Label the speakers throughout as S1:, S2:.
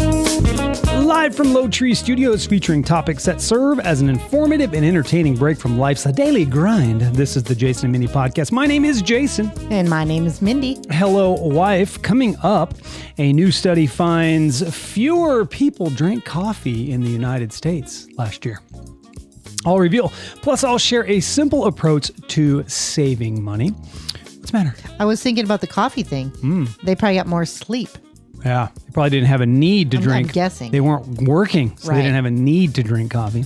S1: Live from Low Tree Studios, featuring topics that serve as an informative and entertaining break from life's daily grind. This is the Jason and Mindy podcast. My name is Jason.
S2: And my name is Mindy.
S1: Hello, wife. Coming up, a new study finds fewer people drank coffee in the United States last year. I'll reveal. Plus, I'll share a simple approach to saving money. What's the matter?
S2: I was thinking about the coffee thing.
S1: Hmm.
S2: They probably got more sleep.
S1: Yeah, they probably didn't have a need to
S2: I'm- I'm
S1: drink.
S2: guessing.
S1: they weren't working, so they
S2: Right.
S1: didn't have a need to drink coffee.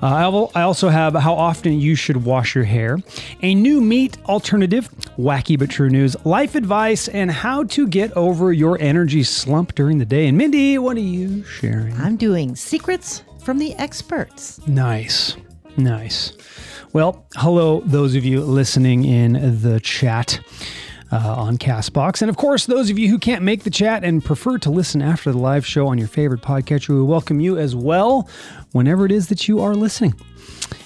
S1: Uh, I al- I also have how often you should wash your hair, a new meat alternative, wacky but true news, life advice, and how to get over your energy slump during the day. And Mindy, what are you sharing?
S2: I'm doing secrets from the experts.
S1: Nice. Nice. Well, hello, those of you listening in the chat uh, on Castbox. And of course, those of you who can't make the chat and prefer to listen after the live show on your favorite podcatcher, we welcome you as well whenever it is that you are listening.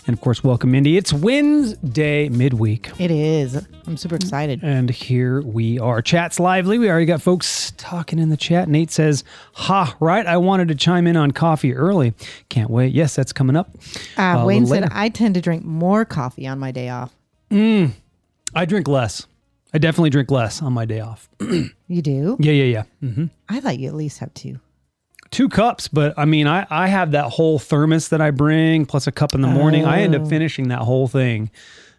S1: And of course, welcome, Mindy. It's Wednesday midweek.
S2: It is. I'm super excited.
S1: And here we are. Chat's lively. We already got folks talking in the chat. Nate says, Ha, right? I wanted to chime in on coffee early. Can't wait. Yes, that's coming up. a
S2: Uh,
S1: little
S2: Wayne said,
S1: later.
S2: I tend to drink more coffee on my day off.
S1: I drink less. I definitely drink less on my day off.
S2: You do?
S1: Yeah, yeah, yeah.
S2: I thought you at least have two.
S1: Two cups, but I mean, I, I have that whole thermos that I bring plus a cup in the morning. I
S2: Oh.
S1: end up finishing that whole thing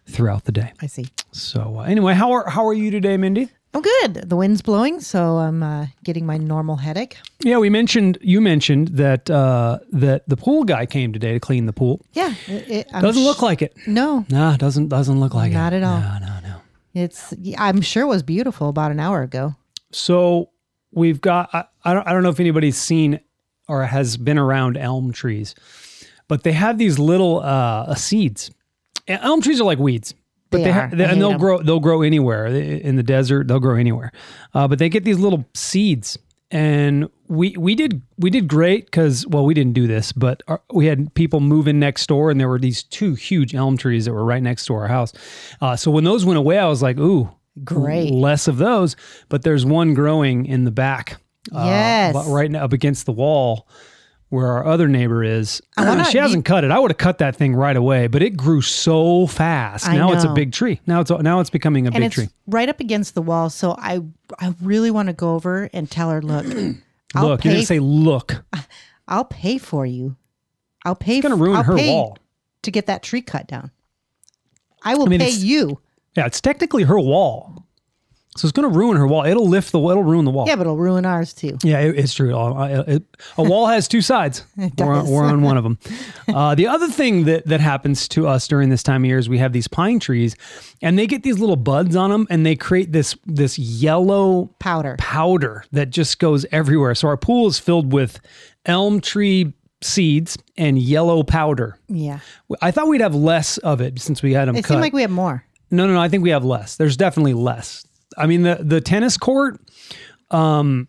S1: throughout the day.
S2: I see.
S1: So uh, anyway, how are how are you today, Mindy?
S2: I'm good. The wind's blowing, so I'm uh, getting my normal headache.
S1: Yeah, we mentioned you mentioned that uh, that the pool guy came today to clean the pool.
S2: Yeah. It, it- I'm
S1: Doesn't look
S2: sh-
S1: like it.
S2: No,
S1: Nah, doesn't doesn't look like
S2: Not
S1: it.
S2: at all.
S1: No, no, no.
S2: it's. I'm sure it was beautiful about an hour ago.
S1: So we've got I, I don't I don't know if anybody's seen or has been around elm trees, but they have these little uh, seeds. And elm trees are like weeds, but
S2: They
S1: they, ha-
S2: are.
S1: they
S2: I
S1: and
S2: hate
S1: they'll
S2: 'em.
S1: grow they'll grow anywhere in the desert. They'll grow anywhere, uh, but they get these little seeds. And we we did we did great because well we didn't do this but our, we had people move in next door and there were these two huge elm trees that were right next to our house, uh, so when those went away I was like ooh
S2: Great.
S1: less of those, but there's one growing in the back. uh,
S2: Yes.
S1: but right now up against the wall where our other neighbor is.
S2: wanna-
S1: she hasn't cut it. I would have cut that thing right away, but it grew so fast.
S2: I
S1: now it's a
S2: know.
S1: big tree. Now it's now it's becoming a
S2: and
S1: big
S2: it's
S1: tree.
S2: right up against the wall. So I I really want to go over and tell her, look, I'll
S1: Look, you
S2: pay.
S1: didn't say look.
S2: I'll pay for you. I'll pay.
S1: It's gonna
S2: f-
S1: ruin
S2: I'll
S1: her
S2: pay
S1: wall.
S2: to get that tree cut down. I will
S1: I mean,
S2: pay
S1: it's-
S2: you.
S1: Yeah, it's technically her wall. So it's gonna ruin her wall. It'll lift the it'll ruin the wall.
S2: Yeah, but it'll ruin ours too.
S1: Yeah, it, it's true. Uh, I- uh, it- a wall has two sides. we're, on,
S2: does.
S1: we're on one of them. Uh, the other thing that, that happens to us during this time of year is we have these pine trees, and they get these little buds on them, and they create this this yellow
S2: Powder.
S1: powder that just goes everywhere. So our pool is filled with elm tree seeds and yellow powder.
S2: Yeah,
S1: I thought we'd have less of it since we had them
S2: it
S1: cut.
S2: seemed like we have more.
S1: No, no, no. I think we have less. There's definitely less. I mean, the the tennis court. Um,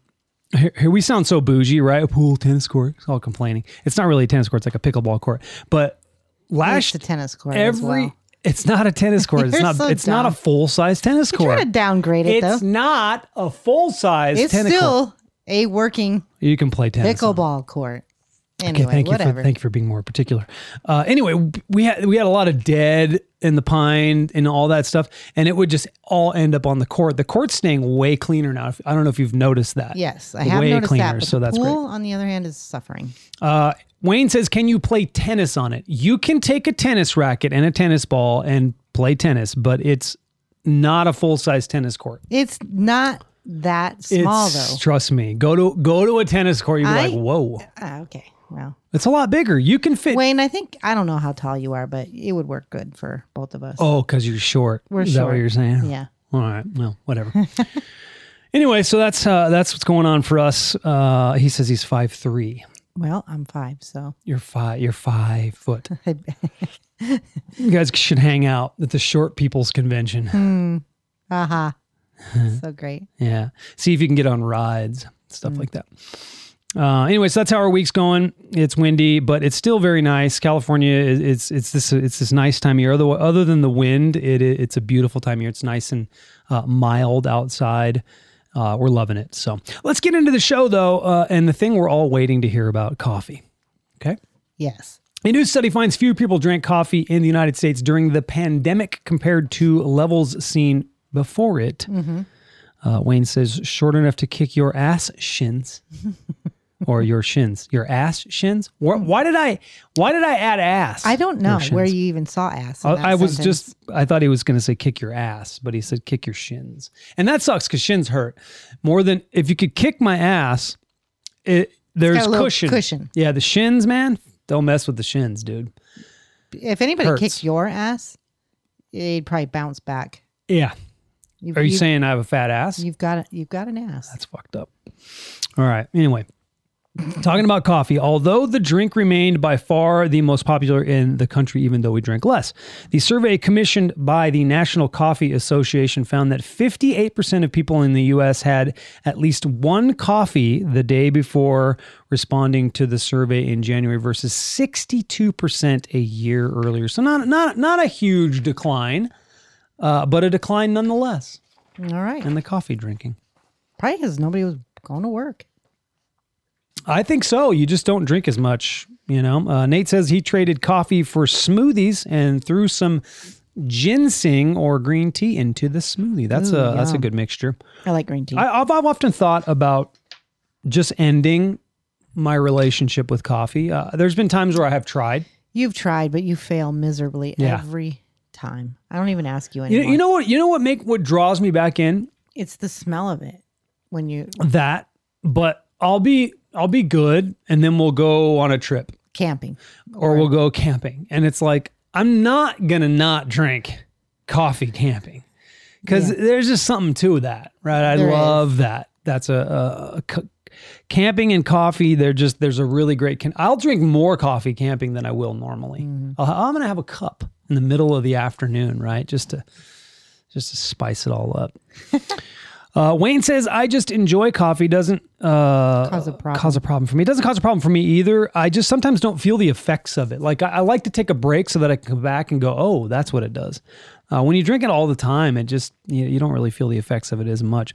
S1: here, here we sound so bougie, right? A pool tennis court. It's all complaining. It's not really a tennis court. It's like a pickleball court. But
S2: It's
S1: last
S2: the tennis court.
S1: every.
S2: as well.
S1: It's not a tennis court. It's
S2: You're
S1: not.
S2: so
S1: it's not a
S2: dumb.
S1: full size tennis
S2: Try
S1: court.
S2: to downgrade it
S1: it's
S2: though.
S1: not a full size
S2: It's
S1: tennis court.
S2: still a working
S1: You can play tennis. on it.
S2: pickleball court. Anyway,
S1: Okay, thank you
S2: whatever.
S1: for thank you for being more particular. Uh, anyway, we had we had a lot of dead in the pine and all that stuff, and it would just all end up on the court. The court's staying way cleaner now. If- I don't know if you've noticed that.
S2: yes, I have
S1: way
S2: noticed
S1: cleaner,
S2: that. But
S1: so
S2: the
S1: that's great.
S2: pool, on the other hand, is suffering.
S1: Uh, Wayne says, "Can you play tennis on it? You can take a tennis racket and a tennis ball and play tennis, but it's not a full size tennis court.
S2: It's not that small
S1: it's,
S2: though.
S1: Trust me. Go to go to a tennis court. You'd be
S2: I-
S1: like, whoa,
S2: Ah, okay. Well,
S1: it's a lot bigger. You can fit.
S2: Wayne, I think I don't know how tall you are, but it would work good for both of us.
S1: Oh, because you're short.
S2: We're
S1: Is that what
S2: short.
S1: you're saying?
S2: Yeah.
S1: All right. Well, whatever. anyway, so that's uh, that's what's going on for us. Uh, he says he's five three.
S2: Well, I'm five, so
S1: You're five. You're five foot.
S2: I,
S1: You guys should hang out at the short people's convention.
S2: aha, Uh-huh. so great.
S1: Yeah. See if you can get on rides, stuff like that. Uh, anyway, so that's how our week's going. It's windy, but it's still very nice. California, is, it's it's this it's this nice time of year. Other other than the wind, it it's a beautiful time of year. It's nice and uh, mild outside. Uh, we're loving it. So let's get into the show though, uh, and the thing we're all waiting to hear about coffee. Okay.
S2: Yes.
S1: A new study finds fewer people drank coffee in the United States during the pandemic compared to levels seen before it.
S2: Mm-hmm.
S1: Uh, Wayne says, short enough to kick your ass shins. or your shins, your ass shins. Why, why did I? Why did I add ass?
S2: Mm-hmm. I don't know
S1: Your shins.
S2: where you even saw ass. in that
S1: I, I was
S2: sentence.
S1: just. I thought he was going to say kick your ass, but he said kick your shins, and that sucks because shins hurt more than if you could kick my ass. It there's
S2: got a little
S1: cushion.
S2: cushion.
S1: Yeah, the shins, man. Don't mess with the shins, dude.
S2: if anybody
S1: hurts.
S2: kicked your ass, they'd probably bounce back.
S1: Yeah.
S2: You've,
S1: Are you
S2: you've-
S1: saying I have a fat ass?
S2: you've got a, you've got an ass?
S1: That's fucked up. All right. Anyway, talking about coffee, although the drink remained by far the most popular in the country, even though we drink less, the survey commissioned by the National Coffee Association found that 58% of people in the U.S. had at least one coffee the day before responding to the survey in January versus 62% a year earlier. So not not not a huge decline, uh, but a decline nonetheless
S2: All right,
S1: in the coffee drinking.
S2: probably because nobody was going to work.
S1: I think so. You just don't drink as much, you know. Uh, Nate says he traded coffee for smoothies and threw some ginseng or green tea into the smoothie. That's a that's a good mixture.
S2: I like green tea.
S1: I, I've, I've often thought about just ending my relationship with coffee. Uh, there's been times where I have tried.
S2: You've tried, but you fail miserably
S1: Yeah.
S2: every time. I don't even ask you
S1: You,
S2: anymore.
S1: you know what? You know what make what draws me back in
S2: it's the smell of it when you
S1: that. But I'll be I'll be good, and then we'll go on a trip
S2: camping.
S1: or we'll go camping. And it's like, I'm not going to not drink coffee camping because there's just something to that, right? I
S2: There is.
S1: love that. That's a, a, a co- camping and coffee. They're just, there's a really great, con- I'll drink more coffee camping than I will normally.
S2: Mm-hmm.
S1: I'll, ha- I'm going to have a cup in the middle of the afternoon, right? Just to, just to spice it all up. Uh, Wayne says, I just enjoy coffee. Doesn't uh,
S2: Cause a problem.
S1: cause a problem for me. It doesn't cause a problem for me either. I just sometimes don't feel the effects of it. Like I, I like to take a break so that I can come back and go, oh, that's what it does. Uh, when you drink it all the time, it just, you, you don't really feel the effects of it as much.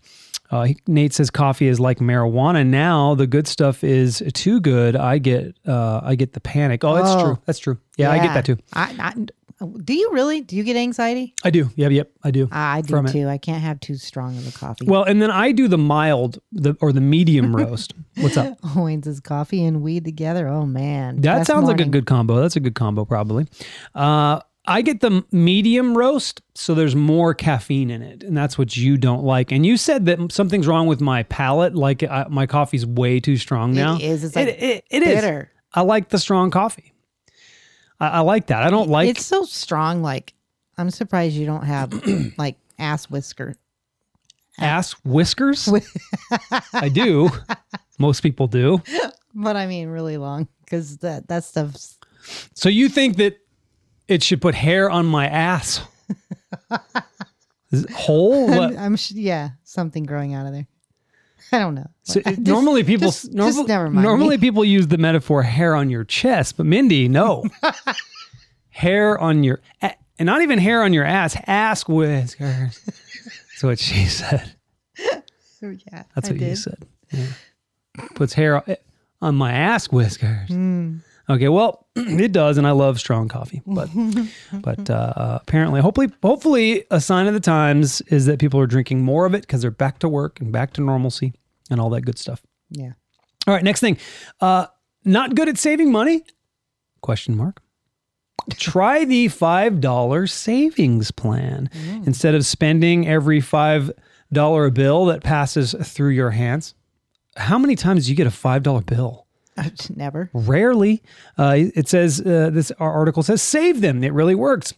S1: Uh, he- Nate says coffee is like marijuana. Now the good stuff is too good. I get, uh, I get the panic. Oh, that's
S2: Oh.
S1: true. That's true. Yeah, I get that too.
S2: I, I, do you really? Do you get anxiety?
S1: I do. Yep, yep. I do.
S2: I do
S1: From it.
S2: too. I can't have too strong of a coffee.
S1: well, and then I do the mild, the or the medium roast. What's up?
S2: Owens is coffee and weed together. Oh man,
S1: That
S2: Best
S1: sounds like a
S2: morning.
S1: good combo. That's a good combo, probably. Uh, I get the medium roast, so there's more caffeine in it, and that's what you don't like. And you said that something's wrong with my palate, like I, my coffee's way too strong now.
S2: is. It's,
S1: It-
S2: like,
S1: it- it is.
S2: bitter.
S1: I like the strong coffee. I, I like that. I don't like.
S2: it's so strong. Like I'm surprised you don't have like ass whisker.
S1: ass whiskers? I do. Most people do.
S2: But I mean, really long because that that stuff's
S1: So you think that it should put hair on my ass? Is it Whole?
S2: I'm, I'm sh- yeah something growing out of there. I don't know.
S1: So
S2: Like, just-
S1: normally people
S2: just-
S1: normal-
S2: just never mind
S1: normally people use the metaphor hair on your chest, but Mindy, no. hair on your a- and not even hair on your ass, ass whiskers. That's what she said.
S2: yeah,
S1: That's
S2: I
S1: what
S2: did.
S1: you said. Yeah. Puts hair o- on my ass whiskers.
S2: Hmm.
S1: Okay, well, it does, and I love strong coffee, but but uh, apparently, hopefully, hopefully, a sign of the times is that people are drinking more of it because they're back to work and back to normalcy and all that good stuff.
S2: Yeah,
S1: All right, next thing. Uh, not good at saving money? Question mark. Try the $5 savings plan. Instead of spending every $5 bill that passes through your hands, how many times do you get a $5 bill?
S2: I just never.
S1: Rarely. Uh, it says, uh, this our article says, save them. It really works.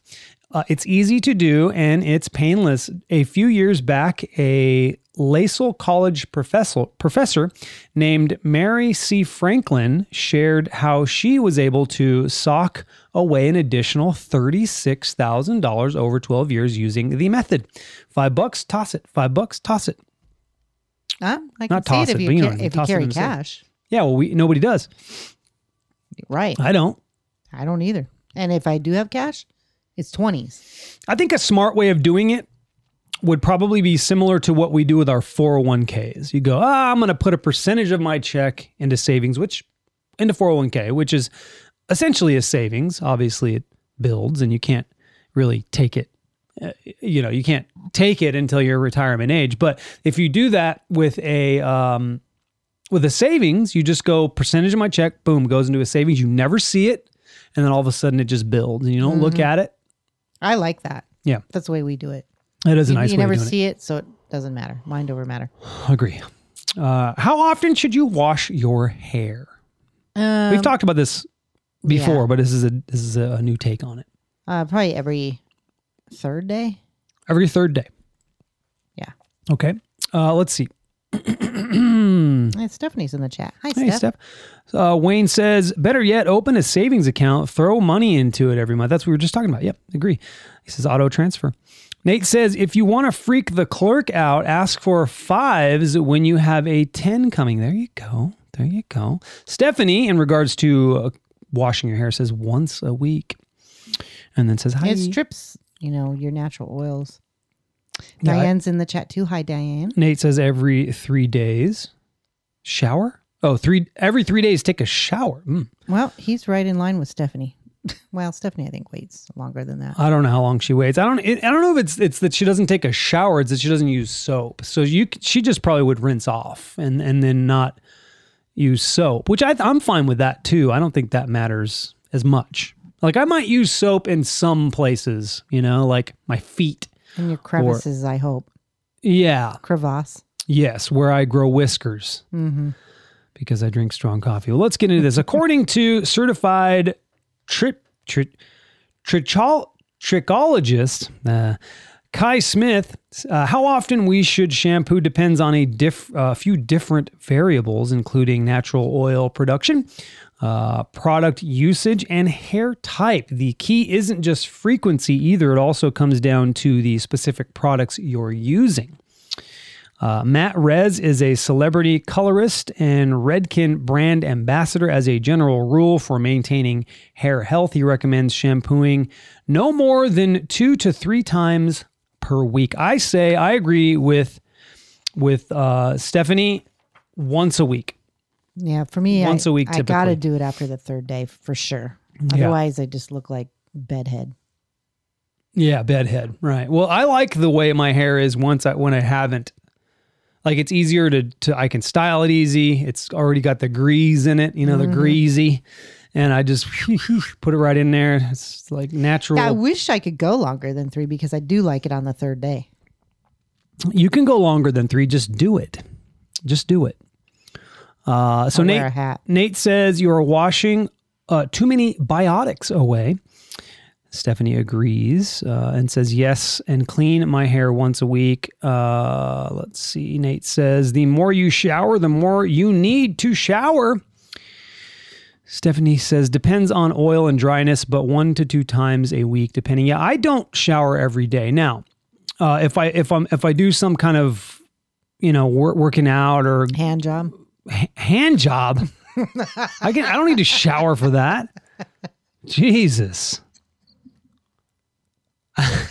S1: Uh, it's easy to do and it's painless. A few years back, a Lasalle College professor, professor named Mary C. Franklin shared how she was able to sock away an additional $36,000 over 12 years using the method. Five bucks, toss it. Five bucks, toss it.
S2: Huh? I can
S1: Not
S2: see
S1: toss
S2: it if
S1: it,
S2: you
S1: but you
S2: ca-
S1: know,
S2: if you
S1: toss it
S2: carry
S1: in the sink.
S2: cash.
S1: Yeah, well, we nobody does.
S2: Right.
S1: I don't.
S2: I don't either. And if I do have cash, it's 20s.
S1: I think a smart way of doing it would probably be similar to what we do with our 401ks. You go, ah, I'm going to put a percentage of my check into savings, which into 401k, which is essentially a savings. Obviously, it builds and you can't really take it. uh, You know, you can't take it until your retirement age. But if you do that with a um, with a savings, you just go percentage of my check, boom, goes into a savings. You never see it, and then all of a sudden it just builds, and you don't
S2: Mm-hmm.
S1: look at it.
S2: I like that.
S1: Yeah.
S2: That's the way we do it.
S1: That is a
S2: You,
S1: nice
S2: you
S1: way
S2: never
S1: of doing
S2: see it, so it doesn't matter. Mind over matter.
S1: it. Agree. Uh, how often should you wash your hair?
S2: Um,
S1: We've talked about this before,
S2: yeah.
S1: but this is a this is a, a new take on it.
S2: uh, probably every third day.
S1: Every third day.
S2: Yeah.
S1: Okay. Uh, let's see.
S2: Hey, Stephanie's in the chat. Hi,
S1: Mm. Hey,
S2: Steph.
S1: Steph. Uh, Wayne says, better yet, open a savings account, throw money into it every month. That's what we were just talking about. Yep, agree. He says, auto transfer. Nate says, if you want to freak the clerk out, ask for fives when you have a 10 coming. There you go. There you go. Stephanie, in regards to uh, washing your hair, says once a week. And then says, hi.
S2: It strips, you know, your natural oils.
S1: Yeah, I-
S2: Diane's in the chat too. Hi, Diane.
S1: Nate says every three days. Shower? Oh, three every three days take a shower. Mm.
S2: Well, he's right in line with Stephanie. well, Stephanie, I think, waits longer than that.
S1: I don't know how long she waits. I don't. It, I don't know if it's it's that she doesn't take a shower. It's that she doesn't use soap. So you c- she just probably would rinse off and and then not use soap, which I I'm fine with that too. I don't think that matters as much. Like I might use soap in some places, you know, like my feet.
S2: In your crevices, I hope.
S1: Yeah.
S2: Crevasse.
S1: Yes, where I grow whiskers.
S2: Mm-hmm.
S1: because I drink strong coffee. Well, let's get into this. According to certified trip tri- trichol- trichologist uh, Kai Smith, uh, how often we should shampoo depends on a diff- uh, few different variables, including natural oil production, uh, product usage, and hair type. The key isn't just frequency either; it also comes down to the specific products you're using. Uh, Matt Rez is a celebrity colorist and Redken brand ambassador. As a general rule for maintaining hair health, he recommends shampooing no more than two to three times per week. I say I agree with with uh, Stephanie once a week.
S2: Yeah, for me,
S1: Once
S2: I,
S1: a week,
S2: I gotta
S1: typically.
S2: do it after the third day for sure.
S1: Yeah.
S2: Otherwise, I just look like bedhead.
S1: Yeah, bedhead. Right. Well, I like the way my hair is once I when I haven't. Like it's easier to to I can style it easy. It's already got the grease in it, you know, the greasy. And I just put it right in there. It's like natural.
S2: I wish I could go longer than three because I do like it on the third day.
S1: you can go longer than 3, just do it. Just do it. Uh so
S2: I'll
S1: Nate
S2: wear a hat.
S1: Nate says you are washing uh, too many biotics away. Stephanie agrees uh, and says yes, and clean my hair once a week. Uh, let's see. Nate says the more you shower, the more you need to shower. Stephanie says depends on oil and dryness, but one to two times a week, depending. Yeah, I don't shower every day now. Uh, if I if I'm if I do some kind of you know wor- working out or
S2: Hand job.
S1: h- hand job. I can. I don't need to shower for that. Jesus. I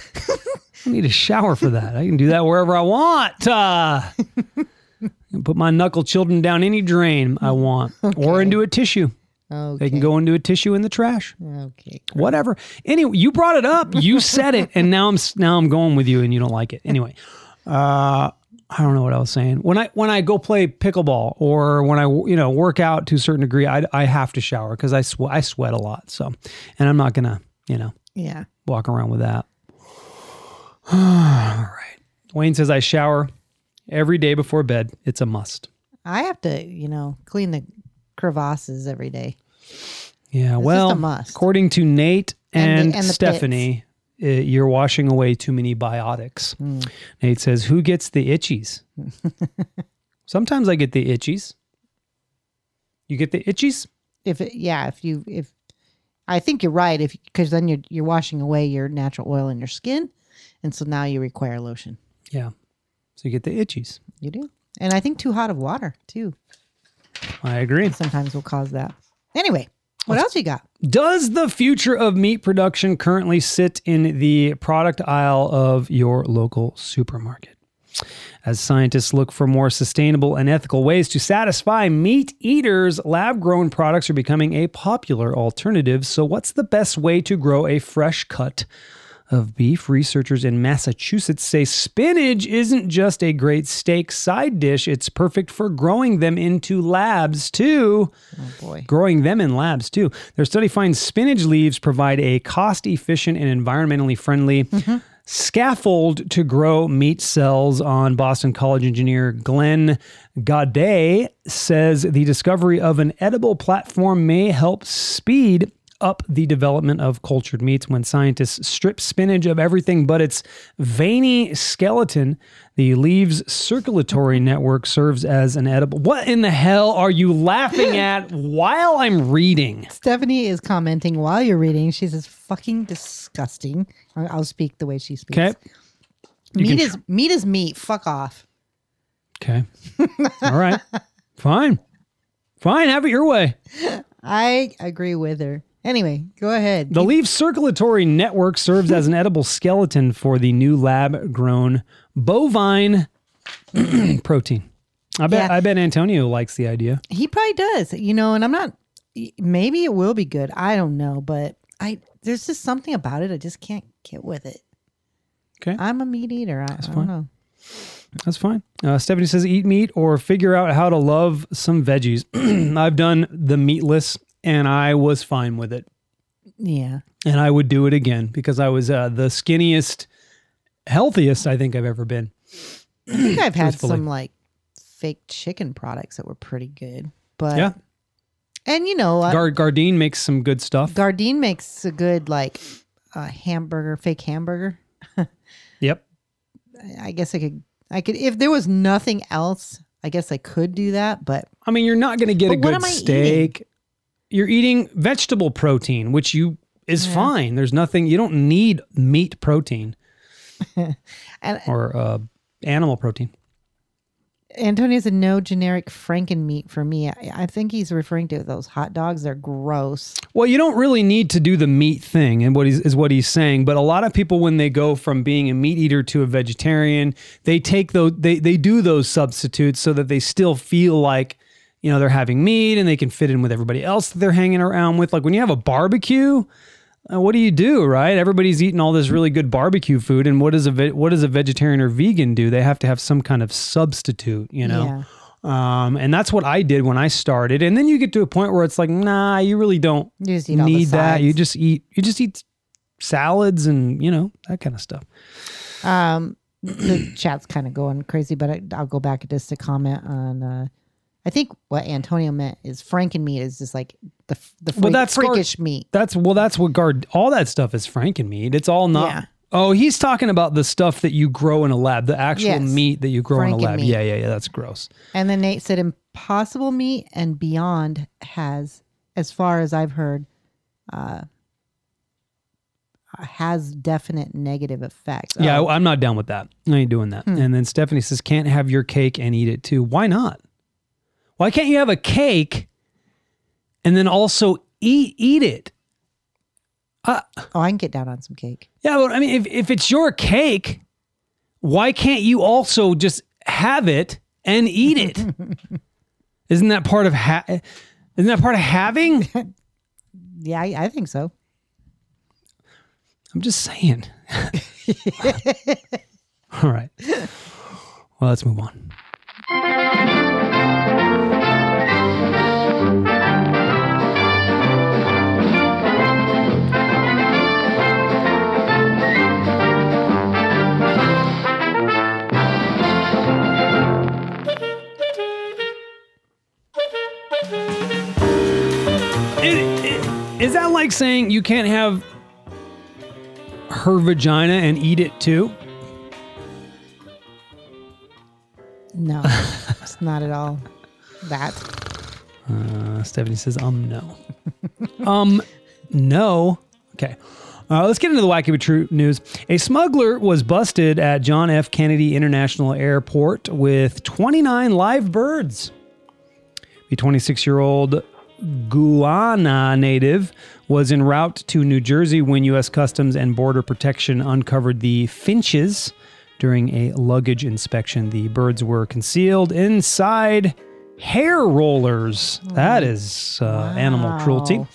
S1: don't need a shower for that. I can do that wherever I want. Uh, put my knuckle children down any drain I want, or into a tissue.
S2: Okay.
S1: They can go into a tissue in the trash.
S2: Okay.
S1: Whatever. Anyway, you brought it up. You said it, and now I'm s- now I'm going with you, and you don't like it. Anyway, uh, I don't know what I was saying. When I when I go play pickleball or when I you know work out to a certain degree, I I have to shower because I sweat I sweat a lot. So, and I'm not gonna you know
S2: Yeah.
S1: walk around with that. All right. Wayne says I shower every day before bed. It's a must.
S2: I have to, you know, clean the crevasses every day.
S1: Yeah,
S2: just
S1: well,
S2: a must.
S1: according to Nate
S2: And
S1: and,
S2: the- and the
S1: Stephanie, uh, you're washing away too many biotics.
S2: Hmm.
S1: Nate says, "Who gets the itchies?" Sometimes I get the itchies. You get the itchies?
S2: If it, yeah, if you if I think you're right if because then you're you're washing away your natural oil in your skin, and so now you require lotion.
S1: Yeah. So you get the itchies.
S2: You do, and I think too hot of water too.
S1: I agree.
S2: sometimes will cause that. Anyway, what else you got?
S1: Does the future of meat production currently sit in the product aisle of your local supermarket? As scientists look for more sustainable and ethical ways to satisfy meat eaters, lab grown products are becoming a popular alternative. So, what's the best way to grow a fresh cut of beef? Researchers in Massachusetts say spinach isn't just a great steak side dish, it's perfect for growing them into labs too
S2: Oh boy.
S1: growing them in labs too. Their study finds spinach leaves provide a cost efficient and environmentally friendly scaffold to grow meat cells on. Boston College engineer Glenn Gaudet says the discovery of an edible platform may help speed up the development of cultured meats when scientists strip spinach of everything but its veiny skeleton. The leaves circulatory network serves as an edible. What in the hell are you laughing at while I'm reading?
S2: Stephanie is commenting while you're reading. She says, "Fucking disgusting." I- I'll speak the way she speaks.
S1: Okay.
S2: Meat
S1: can
S2: is meat is meat. Fuck off.
S1: Okay. All right. Fine. Fine. Have it your way.
S2: I agree with her. Anyway, go ahead.
S1: The leaf circulatory network serves as an edible skeleton for the new lab grown bovine protein. I bet
S2: Yeah.
S1: I bet Antonio likes the idea.
S2: He probably does, you know, and I'm not maybe it will be good. I don't know, but I there's just something about it I just can't get with it.
S1: Okay.
S2: I'm a meat eater. I, I don't
S1: fine.
S2: know.
S1: That's fine. Uh, Stephanie says eat meat or figure out how to love some veggies. I've done the meatless and I was fine with it.
S2: Yeah.
S1: and I would do it again because I was uh, the skinniest, healthiest I think I've ever been.
S2: I think I've had
S1: Truthfully.
S2: some like fake chicken products that were pretty good. But
S1: Yeah,
S2: and you know, uh,
S1: Gar- Gardein makes some good stuff.
S2: Gardein makes a good like uh, hamburger, fake hamburger.
S1: yep,
S2: I guess I could, I could, if there was nothing else, I guess I could do that. But
S1: I mean you're not going to get
S2: But
S1: a
S2: what
S1: good
S2: am I
S1: steak. You're eating vegetable protein, which you is fine. There's nothing you don't need meat protein
S2: and
S1: or uh, animal protein.
S2: Antonio said no generic Franken meat for me. I, I think he's referring to those hot dogs. They're gross.
S1: Well, you don't really need to do the meat thing, and what he's, is what he's saying. But a lot of people, when they go from being a meat eater to a vegetarian, they take those, they they do those substitutes so that they still feel like, you know, they're having meat and they can fit in with everybody else that they're hanging around with. Like when you have a barbecue, uh, what do you do, right? Everybody's eating all this really good barbecue food, and what does a ve- what does a vegetarian or vegan do? They have to have some kind of substitute, you know.
S2: Yeah.
S1: Um, and that's what I did when I started. And then you get to a point where it's like, nah, you really don't
S2: You just eat all the
S1: need that. You
S2: sides.
S1: just eat you just eat salads and you know that kind of stuff.
S2: Um, the chat's kind of going crazy, but I, I'll go back just to comment on. Uh, I think what Antonio meant is Franken meat is just like the f- the freak,
S1: Well, that's gar-
S2: freakish meat.
S1: That's well, that's what guard all that stuff is frankenmeat. It's all not.
S2: Yeah.
S1: Oh, he's talking about the stuff that you grow in a lab, the actual
S2: Yes.
S1: meat that you grow in a lab.
S2: Frankenmeat.
S1: Yeah, yeah, yeah. That's gross.
S2: And then Nate said Impossible Meat and Beyond has, as far as I've heard, uh, has definite negative effects.
S1: Yeah,
S2: Oh, Hmm.
S1: I, am not down with that. I ain't doing that. And then Stephanie says, "Can't have your cake and eat it too. Why not? Why can't you have a cake and then also eat eat it?
S2: oh, I can get down on some cake.
S1: Yeah, but I mean, if, if it's your cake, why can't you also just have it and eat it? isn't that part of ha- isn't that part of having?
S2: Yeah, I, I think so.
S1: I'm just saying. All right. Well, let's move on. It- it- Is that like saying you can't have her vagina and eat it too?
S2: No, it's not at all that.
S1: Uh, Stephanie says, um, no. um, no. Okay. Uh, let's get into the wacky but true news. A smuggler was busted at John F. Kennedy International Airport with 29 live birds. The 26 year old Guyana native was en route to New Jersey when U.S. Customs and Border Protection uncovered the finches during a luggage inspection. The birds were concealed inside hair rollers. That is uh, animal cruelty.
S2: Wow.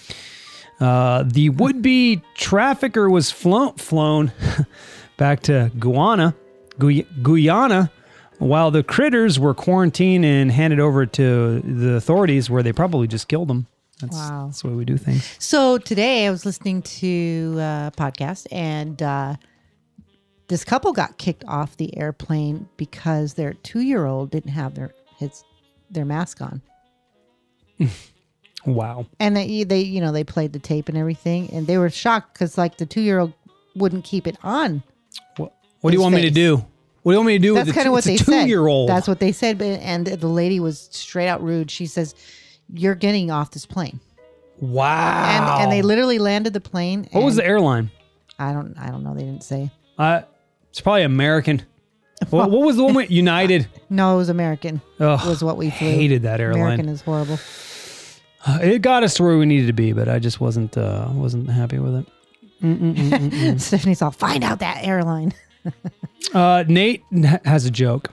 S1: Uh, the would be trafficker was flo- flown back to Guyana, Guy- Guyana, while the critters were quarantined and handed over to the authorities, where they probably just killed them. That's,
S2: Wow.
S1: that's the way we do things.
S2: So today I was listening to a podcast and uh, this couple got kicked off the airplane because their two year old didn't have their his their mask on.
S1: Wow.
S2: And they, they, you know, they played the tape and everything, and they were shocked because, like, the two-year-old wouldn't keep it on.
S1: What, what do you
S2: His
S1: want me to
S2: face.
S1: do? What do you want me to do?
S2: That's
S1: with
S2: kind of
S1: it's
S2: what
S1: a
S2: they said.
S1: two-year-old.
S2: That's what they said, but and the lady was straight out rude. She says, "You're getting off this plane," and
S1: wow.
S2: and they literally landed the plane.
S1: what was
S2: and
S1: the airline?
S2: I don't, I don't know. They didn't say.
S1: Uh, it's probably American. what, what was the one with United?
S2: No, it was American.
S1: Ugh,
S2: was what we flew.
S1: hated that airline.
S2: American is horrible.
S1: It got us to where we needed to be, but I just wasn't uh, wasn't happy with it.
S2: Stephanie's all, find out that airline.
S1: Uh, Nate n- has a joke.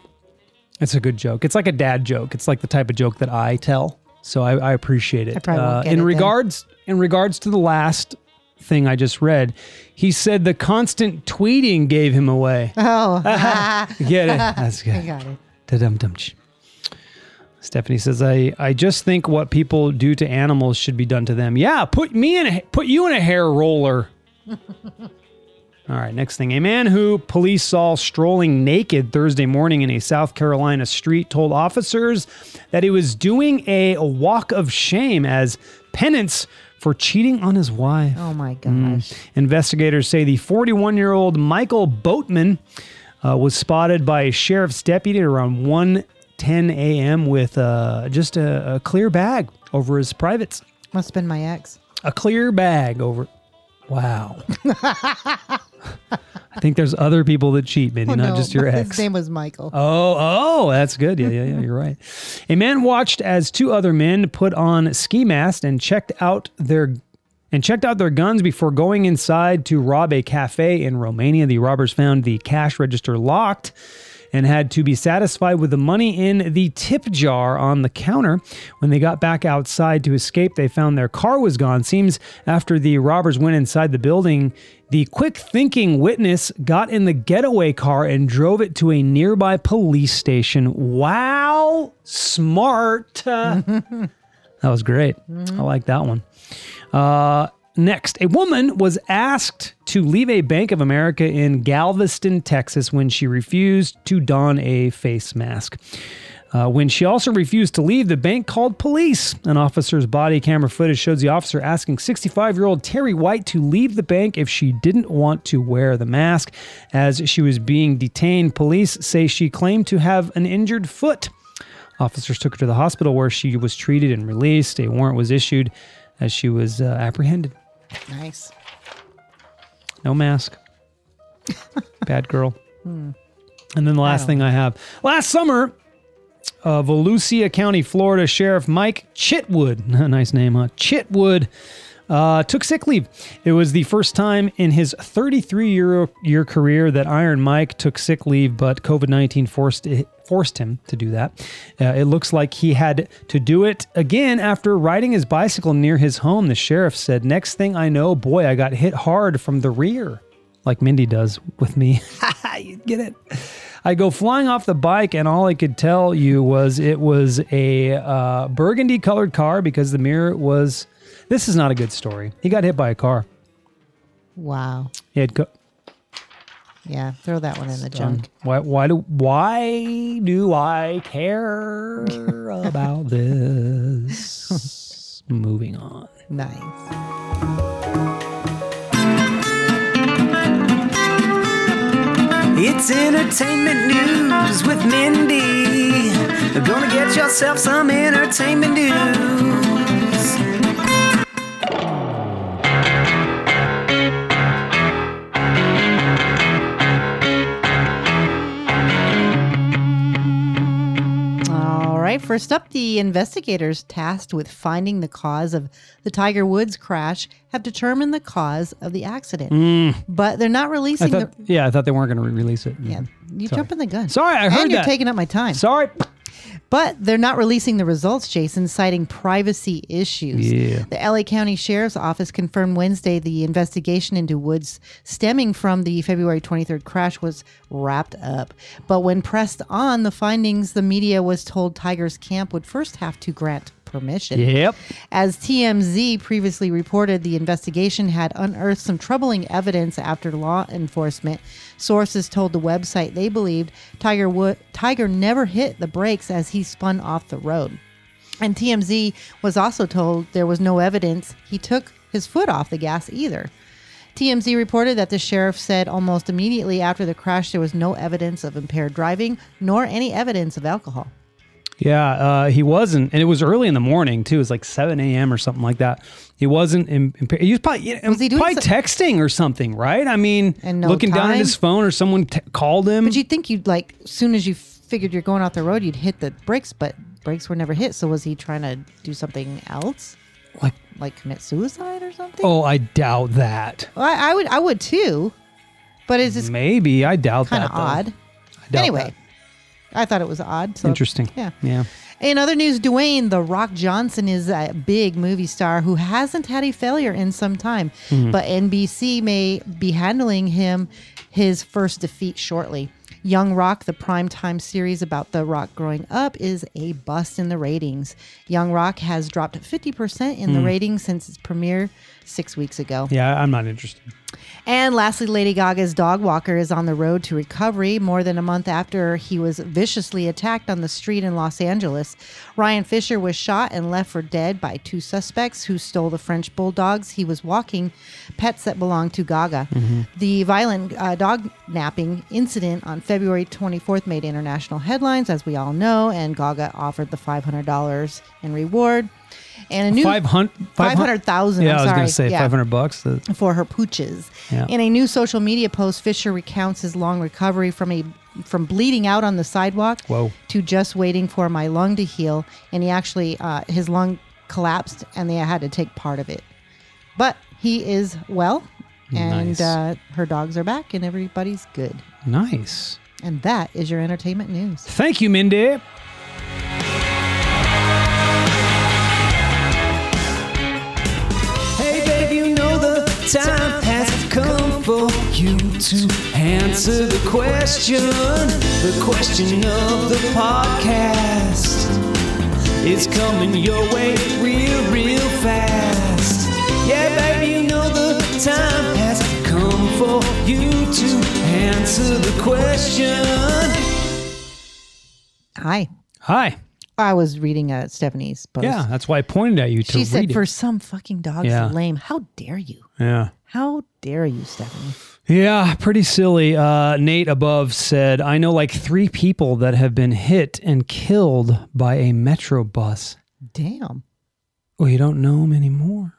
S1: It's a good joke. It's like a dad joke. It's like the type of joke that I tell, so I, I appreciate it.
S2: I probably won't
S1: Uh,
S2: get
S1: in
S2: it then.
S1: regards in regards to the last thing I just read, he said the constant tweeting gave him away.
S2: Oh,
S1: You Get it? That's
S2: I
S1: good.
S2: got it.
S1: Da-dum-dum-ch. Stephanie says, "I I just think what people do to animals should be done to them. Yeah, put me in, a, put you in a hair roller." All right, next thing. A man who police saw strolling naked Thursday morning in a South Carolina street told officers that he was doing a walk of shame as penance for cheating on his wife.
S2: Oh my
S1: Mm.
S2: gosh.
S1: Investigators say the 41 year old Michael Boatman uh, was spotted by a sheriff's deputy around 1:10 a.m. with uh, just a, a clear bag over his privates.
S2: Must have been my ex.
S1: A clear bag over. Wow. I think there's other people that cheat, maybe
S2: Oh,
S1: not
S2: no.
S1: just your ex.
S2: His name was Michael.
S1: Oh, oh, that's good. Yeah, yeah, yeah. You're right. A man watched as two other men put on ski masks and checked out their and checked out their guns before going inside to rob a cafe in Romania. The robbers found the cash register locked and had to be satisfied with the money in the tip jar on the counter. When they got back outside to escape, they found their car was gone. Seems after the robbers went inside the building, the quick thinking witness got in the getaway car and drove it to a nearby police station. Wow, smart. Uh, that was great. I like that one. Uh, next, a woman was asked to leave a Bank of America in Galveston, Texas, when she refused to don a face mask. Uh, when she also refused to leave, the bank called police. An officer's body camera footage shows the officer asking 65 year old Terry White to leave the bank if she didn't want to wear the mask. As she was being detained, police say she claimed to have an injured foot. Officers took her to the hospital where she was treated and released. A warrant was issued as she was uh, apprehended.
S2: Nice.
S1: No mask. Bad girl. And then the last thing I have. Last summer, uh, Volusia County, Florida Sheriff Mike Chitwood, nice name, huh? Chitwood, uh, took sick leave. It was the first time in his 33 year, year career that Iron Mike took sick leave, but COVID 19 forced it. Forced him to do that. Uh, it looks like he had to do it again after riding his bicycle near his home. The sheriff said, Next thing I know, boy, I got hit hard from the rear, like Mindy does with me. you get it? I go flying off the bike, and all I could tell you was it was a uh, burgundy colored car because the mirror was. This is not a good story. He got hit by a car.
S2: Wow.
S1: He had. Co-
S2: Yeah. Throw that one in the junk.
S1: why? Why do? Why do I care about this? Moving on.
S2: Nice.
S3: It's entertainment news with Mindy. You're gonna get yourself some entertainment news.
S2: All right, First up, the investigators tasked with finding the cause of the Tiger Woods crash have determined the cause of the accident, but they're not
S1: Mm. I
S2: releasing
S1: thought,
S2: the.
S1: yeah, I thought they weren't going to release it.
S2: Yeah, you
S1: Sorry.
S2: jumping the gun.
S1: Sorry, I heard
S2: and you're
S1: that.
S2: taking up my time.
S1: Sorry.
S2: But they're not releasing the results, Jason, citing privacy issues.
S1: Yeah.
S2: The LA County Sheriff's Office confirmed Wednesday the investigation into Woods stemming from the February 23rd crash was wrapped up. But when pressed on the findings, the media was told Tiger's camp would first have to grant permission.
S1: Yep.
S2: As TMZ previously reported, the investigation had unearthed some troubling evidence after law enforcement sources told the website they believed Tiger Wood Tiger never hit the brakes as he spun off the road. And TMZ was also told there was no evidence he took his foot off the gas either. TMZ reported that the sheriff said almost immediately after the crash there was no evidence of impaired driving nor any evidence of alcohol.
S1: Yeah, uh, he wasn't, and it was early in the morning too. It was like seven a.m. or something like that. He wasn't. Im- impa- he was probably you know,
S2: Was he doing
S1: probably
S2: so-
S1: texting or something, right? I mean,
S2: And no
S1: looking down at
S2: time?
S1: his phone, or someone t- called him.
S2: But you'd think you'd like, soon as you figured you're going off the road, you'd hit the brakes, but brakes were never hit. So was he trying to do something else,
S1: like,
S2: like commit suicide or something?
S1: oh, I doubt that.
S2: Well, I, I would, I would too. But it's just
S1: Maybe I doubt
S2: kind
S1: that.
S2: of
S1: though.
S2: odd.
S1: I doubt
S2: Anyway, I thought it was odd. So
S1: Interesting.
S2: Yeah.
S1: Yeah.
S2: In other news, Dwayne The Rock Johnson is a big movie star who hasn't had a failure in some time, but NBC may be handling him his first defeat shortly. Young Rock, the primetime series about The Rock growing up, is a bust in the ratings. Young Rock has dropped 50% in the ratings since its premiere six weeks ago.
S1: Yeah, I'm not interested.
S2: And lastly, Lady Gaga's dog walker is on the road to recovery more than a month after he was viciously attacked on the street in Los Angeles. Ryan Fisher was shot and left for dead by two suspects who stole the French bulldogs he was walking, pets that belonged to Gaga.
S1: Mm-hmm.
S2: The violent uh, dog napping incident on February 24th made international headlines, as we all know, and Gaga offered the $500 in reward. And a new
S1: Five hundred.
S2: 500,000,
S1: Yeah,
S2: I'm
S1: I was gonna
S2: sorry.
S1: say
S2: Yeah.
S1: five hundred bucks. The-
S2: for her pooches.
S1: Yeah.
S2: In a new social media post, Fisher recounts his long recovery from a from bleeding out on the sidewalk
S1: Whoa.
S2: to just waiting for my lung to heal, and he actually uh, his lung collapsed, and they had to take part of it. But he is well, and
S1: Nice.
S2: uh, her dogs are back, and everybody's good.
S1: Nice.
S2: And that is your entertainment news.
S1: Thank you, Mindy.
S3: Hey, babe, you know the time has come for you to answer the question. The question of the podcast is coming your way real, real fast. Yeah, babe, you know the time has come for you to answer the question.
S2: Hi.
S1: Hi.
S2: I was reading uh, Stephanie's post.
S1: Yeah, that's why I pointed at you to
S2: She
S1: read
S2: said,
S1: it.
S2: for some fucking dogs,
S1: Yeah.
S2: lame. How dare you?
S1: yeah.
S2: How dare you, Stephanie?
S1: Yeah, pretty silly. Uh, Nate above said, I know like three people that have been hit and killed by a Metro bus.
S2: Damn.
S1: Well, you don't know them anymore.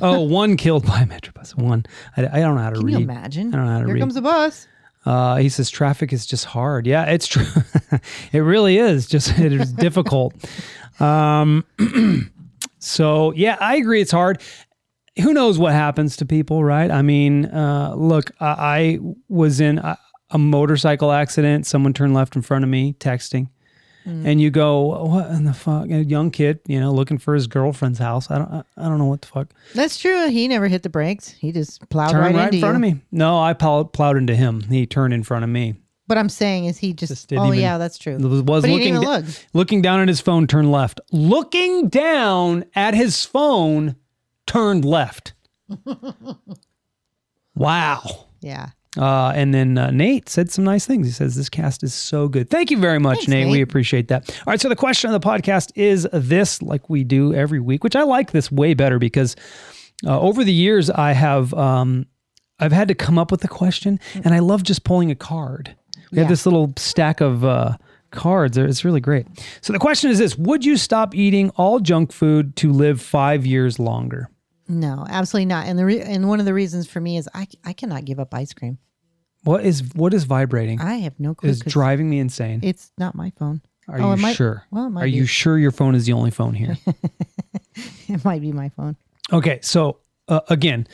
S1: oh, one killed by a Metro bus. One. I, I don't know how to
S2: Can
S1: read.
S2: you imagine?
S1: I don't know how to
S2: Here
S1: read.
S2: comes the bus.
S1: Uh, he says traffic is just hard. Yeah, it's true. it really is. Just it is difficult. Um, so yeah, I agree. It's hard. Who knows what happens to people, right? I mean, uh, look, I, I was in a, a motorcycle accident. Someone turned left in front of me, texting, and you go, "What in the fuck?" A young kid, you know, looking for his girlfriend's house. I don't, I, I don't know what the fuck.
S2: That's true. He never hit the brakes. He just plowed
S1: Turned
S2: right,
S1: right,
S2: into
S1: in front
S2: you.
S1: of me. No, I plowed, plowed into him. He turned in front of me.
S2: But I'm saying is he just,
S1: Just didn't
S2: oh
S1: even-
S2: yeah, that's true.
S1: was, was
S2: but he
S1: looking
S2: didn't even
S1: da-
S2: look.
S1: looking down at his phone turned left looking down at his phone turned left wow
S2: Yeah.
S1: uh, and then uh, Nate said some nice things. He says, This cast is so good. Thank you very much,
S2: Thanks,
S1: Nate. We
S2: Nate.
S1: appreciate that. All right. So, the question of the podcast is this, like we do every week, which I like this way better because uh, over the years, I have. Um, I've had to come up with a question, and I love just pulling a card. We have
S2: Yeah.
S1: this little stack of uh, cards. It's really great. So the question is this: Would you stop eating all junk food to live five years longer?
S2: No, absolutely not. And the re- and one of the reasons for me is I I cannot give up ice cream.
S1: What is what is vibrating?
S2: I have no clue.
S1: Is
S2: 'cause
S1: driving me insane.
S2: It's not my phone.
S1: Are
S2: Oh,
S1: you
S2: it might-
S1: sure?
S2: well, it might
S1: Are you
S2: be.
S1: sure your phone is the only phone here?
S2: It might be my phone.
S1: okay, so uh, again,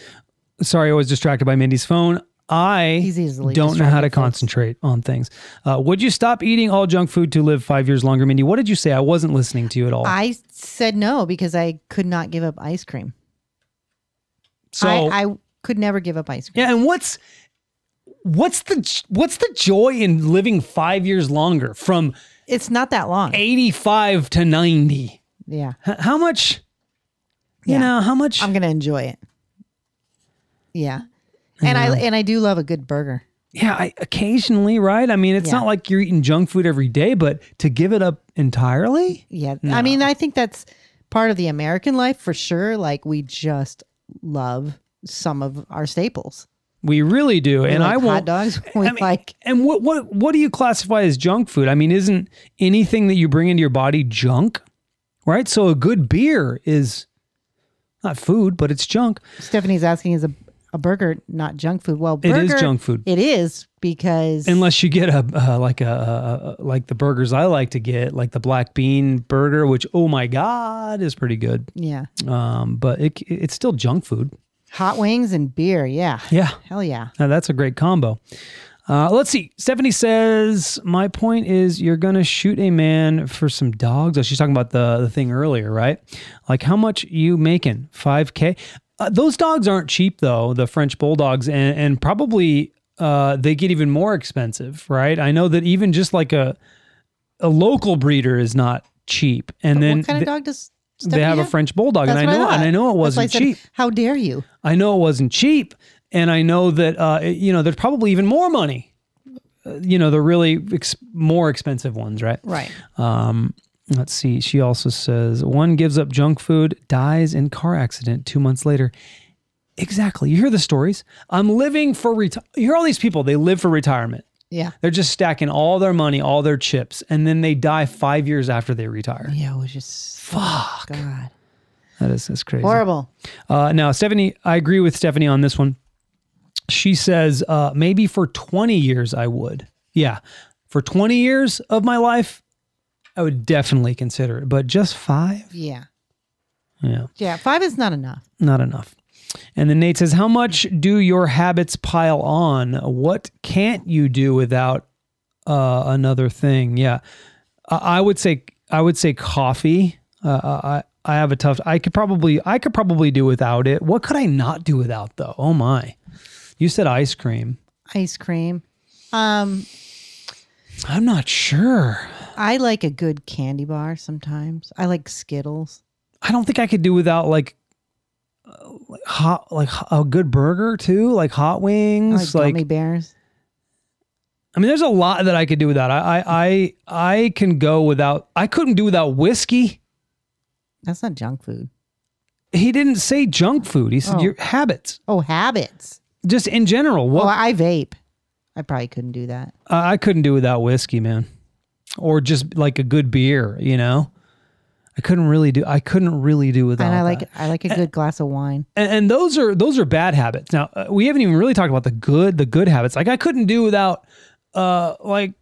S1: sorry I was distracted by Mindy's phone. I
S2: He's easily
S1: don't know how to
S2: distracted, folks.
S1: concentrate on things. Uh, would you stop eating all junk food to live five years longer, Mindy? What did you say? I wasn't listening to you at all.
S2: I said no because I could not give up ice cream.
S1: so
S2: I, I could never give up ice cream.
S1: yeah, and what's what's the j- what's the joy in living five years longer from
S2: It's not that long.
S1: eighty five to ninety?
S2: Yeah.
S1: H- how much? You
S2: Yeah.
S1: know how much?
S2: I'm gonna enjoy it. Yeah. And I and I do love a good burger.
S1: yeah, I, occasionally, right? I mean, it's
S2: Yeah.
S1: not like you're eating junk food every day, but to give it up entirely.
S2: Yeah. I mean, I think that's part of the American life for sure. Like we just love some of our staples.
S1: We really do,
S2: We
S1: and
S2: like
S1: I
S2: hot
S1: won't.
S2: dogs. We
S1: I mean,
S2: like
S1: and what what what do you classify as junk food? I mean, isn't anything that you bring into your body junk? Right? So a good beer is not food, but it's junk.
S2: Stephanie's asking is a a burger not junk food? Well,
S1: It
S2: burger,
S1: is junk food.
S2: It is because
S1: Unless you get a uh, like a, uh, like the burgers I like to get, like the black bean burger, which oh my god is pretty good.
S2: yeah,
S1: Um, but it, it's still junk food.
S2: hot wings and beer. Yeah.
S1: Yeah,
S2: Hell yeah.
S1: Now, that's a great combo. Uh, let's see. Stephanie says, My point is, you're going to shoot a man for some dogs. Oh, she's talking about the, the thing earlier, right? Like, how much you making? 5K? Uh, those dogs aren't cheap, though, the French bulldogs, and, and probably uh, they get even more expensive, right? I know that even just like a, a local breeder is not cheap. And then
S2: what kind
S1: th-
S2: of dog does
S1: they
S2: Stephanie
S1: have a French bulldog,
S2: That's
S1: and I
S2: what
S1: know, and
S2: thought.
S1: I know it
S2: That's why
S1: wasn't
S2: I said,
S1: cheap.
S2: How dare you?
S1: I know it wasn't cheap, and I know that uh, it- you know there's probably even more money. Uh, you know the really ex- more expensive ones, right?
S2: Right.
S1: Um, let's see. She also says one gives up junk food, dies in car accident two months later. Exactly. You hear the stories. I'm living for reti You hear all these people. They live for retirement.
S2: Yeah.
S1: They're just stacking all their money, all their chips, and then they die five years after they retire.
S2: Yeah. It was just fuck. God.
S1: That is that's crazy.
S2: Horrible.
S1: Uh, now, Stephanie, I agree with Stephanie on this one. She says, uh, maybe for 20 years, I would. Yeah. For 20 years of my life, I would definitely consider it, but just five?
S2: Yeah.
S1: Yeah,
S2: Yeah. Five is not enough.
S1: not enough. And then Nate says, How much do your habits pile on? What can't you do without uh, another thing? Yeah. I I would say I would say coffee. Uh, I I have a tough. I could probably I could probably do without it. What could I not do without though? Oh my! You said ice cream.
S2: Ice cream. Um,
S1: I'm not sure.
S2: I like a good candy bar sometimes. I like Skittles.
S1: I don't think I could do without like uh, like hot like h- a good burger too, like hot
S2: I
S1: wings.
S2: like,
S1: Like,
S2: gummy bears.
S1: I mean, there's a lot that I could do without. I I I, I can go without. I couldn't do without whiskey.
S2: That's not junk food.
S1: He didn't say junk food. He said
S2: Oh.
S1: your habits,
S2: Oh, habits.
S1: just in general. What
S2: Well, I vape. I probably couldn't do that.
S1: I I couldn't do without whiskey, man, or just like a good beer. You know, I couldn't really do. I couldn't really do without.
S2: And I like
S1: that. Eh.
S2: I like a good glass of wine.
S1: And, and those are those are bad habits. Now uh, we haven't even really talked about the good the good habits. Like I couldn't do without, uh, like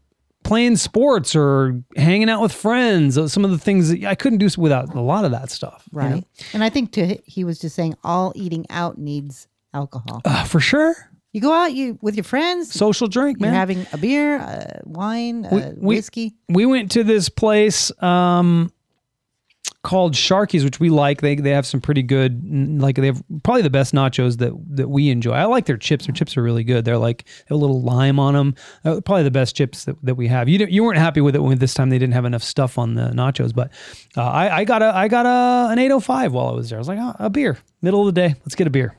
S1: playing sports or hanging out with friends. Those- Some of the things that I couldn't do without a lot of that stuff. you know?
S2: Right. And I think to he was just saying all eating out needs alcohol.
S1: Uh, for sure.
S2: You go out you with your friends,
S1: Social drink,
S2: you're
S1: man.
S2: having a beer, uh, wine, uh,
S1: we-
S2: whiskey.
S1: we went to this place um called Sharkies, which we like. They they have some pretty good, n- like they have probably the best nachos that that we enjoy. I like their chips. Their chips are really good. They're like they have a little lime on them. Uh, probably the best chips that, that we have. You didn't- you weren't happy with it when this time they didn't have enough stuff on the nachos, but uh, I I got a I got a an eight oh five while I was there. I was like oh, a beer, middle of the day. Let's get a beer,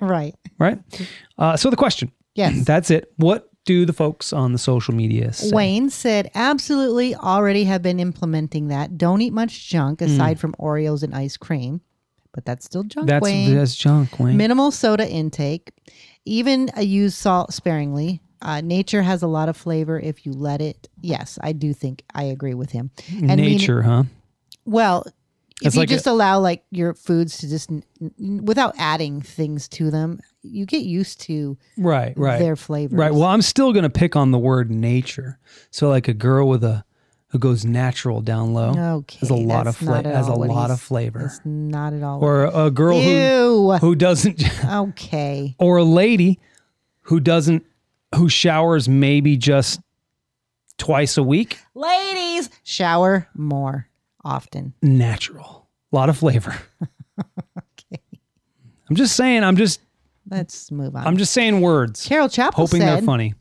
S2: right.
S1: right? Uh, so the question,
S2: Yes.
S1: that's it. What do the folks on the social media say?
S2: Wayne said, absolutely already have been implementing that. Don't eat much junk
S1: Hmm.
S2: aside from Oreos and ice cream, but that's still junk,
S1: that's
S2: Wayne.
S1: that's junk, Wayne.
S2: Minimal soda intake, even uh, use salt sparingly. Uh, nature has a lot of flavor if you let it. Yes, I do think I agree with him. And we-
S1: Nature, huh?
S2: well,
S1: It's
S2: if you
S1: like a-
S2: just allow like your foods to just n- n- without adding things to them, you get used to
S1: Right, right.
S2: their flavors.
S1: Right. Well, I'm still going to pick on the word nature. So, like a girl with a, who goes natural down low
S2: Okay,
S1: has a lot of
S2: that's not
S1: flavor.
S2: at
S1: Has a
S2: all what
S1: lot of
S2: he's-
S1: flavor.
S2: That's not at all.
S1: Or a girl who
S2: Ew.
S1: who doesn't,
S2: okay.
S1: or a lady who doesn't, who showers maybe just twice a week.
S2: Ladies, shower more often.
S1: Natural, a lot of flavor.
S2: Okay.
S1: I'm just saying. I'm just.
S2: Let's move on.
S1: I'm just saying words,
S2: Carol Chapel
S1: hoping
S2: said.
S1: they're funny.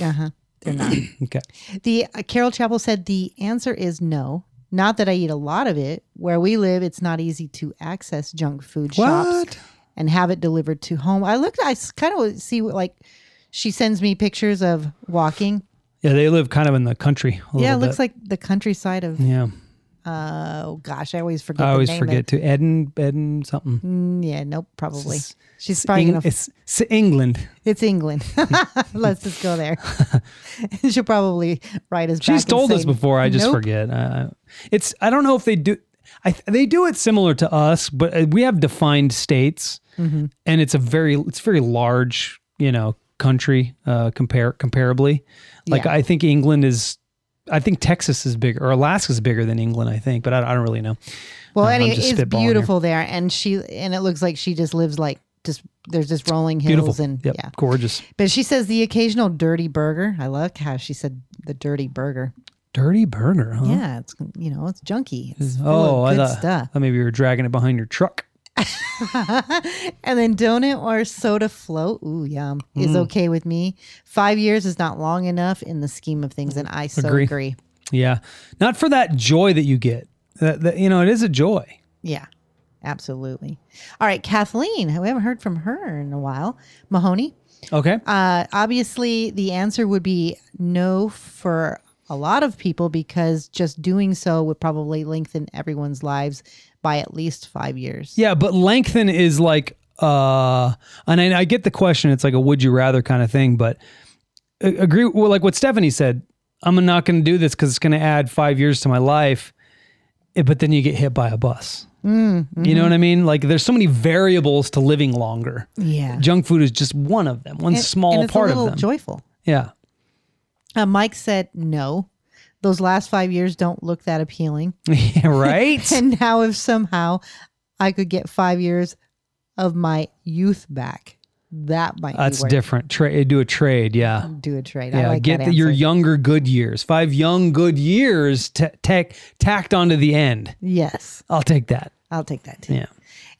S2: Uh-huh.
S1: Okay.
S2: The uh, Carol Chapel said the answer is no. Not that I eat a lot of it. Where we live, it's not easy to access junk food shops
S1: What?
S2: and have it delivered to home. I looked. I kind of see what, like she sends me pictures of walking.
S1: Yeah, they live kind of in the country. A
S2: Yeah, it
S1: little
S2: looks
S1: bit.
S2: like the countryside of.
S1: Yeah,
S2: Uh, oh gosh, I always forget.
S1: I
S2: the
S1: always
S2: name of
S1: forget
S2: it.
S1: to Eden, Eden something.
S2: Mm, yeah, nope, probably.
S1: It's-
S2: She's probably gonna.
S1: Eng- it's, it's England.
S2: It's England. Let's just go there. She'll probably write us. back
S1: She's
S2: and
S1: told
S2: say,
S1: us before. I just
S2: "Nope."
S1: forget. Uh, it's I don't know if they do. I th- they do it similar to us, but uh, we have defined states,
S2: Mm-hmm.
S1: and it's a very it's very large, you know, country uh, compare comparably. Like
S2: Yeah.
S1: I think England is. I think Texas is bigger, or Alaska's bigger than England. I think, but I, I don't really know.
S2: Well,
S1: Uh, I'm
S2: anyway,
S1: just
S2: it's
S1: spitballing here.
S2: beautiful there, and she and it looks like she just lives like just there's just rolling hills
S1: Beautiful,
S2: and
S1: yep,
S2: yeah.
S1: gorgeous,
S2: But she says the occasional dirty burger. I love how she said the dirty burger.
S1: dirty burner, huh?
S2: Yeah, it's you know it's junky. It's full
S1: Oh,
S2: of
S1: I
S2: good
S1: thought,
S2: stuff.
S1: I maybe you were dragging it behind your truck.
S2: and then donut or soda float, ooh yum, is
S1: Mm.
S2: okay with me. Five years is not long enough in the scheme of things, and I so
S1: Mm. Agree.
S2: agree.
S1: Yeah, not for that joy that you get. That, that you know, it is a joy.
S2: Yeah, absolutely. All right, Kathleen, we haven't heard from her in a while. Mahoney,
S1: Okay.
S2: uh, obviously the answer would be no for a lot of people because just doing so would probably lengthen everyone's lives by at least five years.
S1: Yeah, but lengthen is like uh and I, I get the question, it's like a would you rather kind of thing, but a- agree well like what Stephanie said, I'm not going to do this cuz it's going to add 5 years to my life. eh, But then you get hit by a bus.
S2: Mm, mm-hmm.
S1: You know what I mean? Like there's so many variables to living longer.
S2: Yeah.
S1: Junk food is just one of them, one
S2: And-
S1: small
S2: and it's
S1: part
S2: a little
S1: of them.
S2: joyful.
S1: yeah.
S2: Uh, Mike said no. Those last five years don't look that appealing.
S1: yeah, right?
S2: And now, if somehow I could get five years of my youth back, that might
S1: That's
S2: be worth
S1: different. Tra- do a trade, yeah.
S2: do a trade.
S1: Yeah,
S2: I like
S1: get
S2: that
S1: the, your
S2: answer.
S1: younger good years. Five young good years t- tack tacked onto the end.
S2: Yes,
S1: I'll take that.
S2: I'll take that too.
S1: Yeah.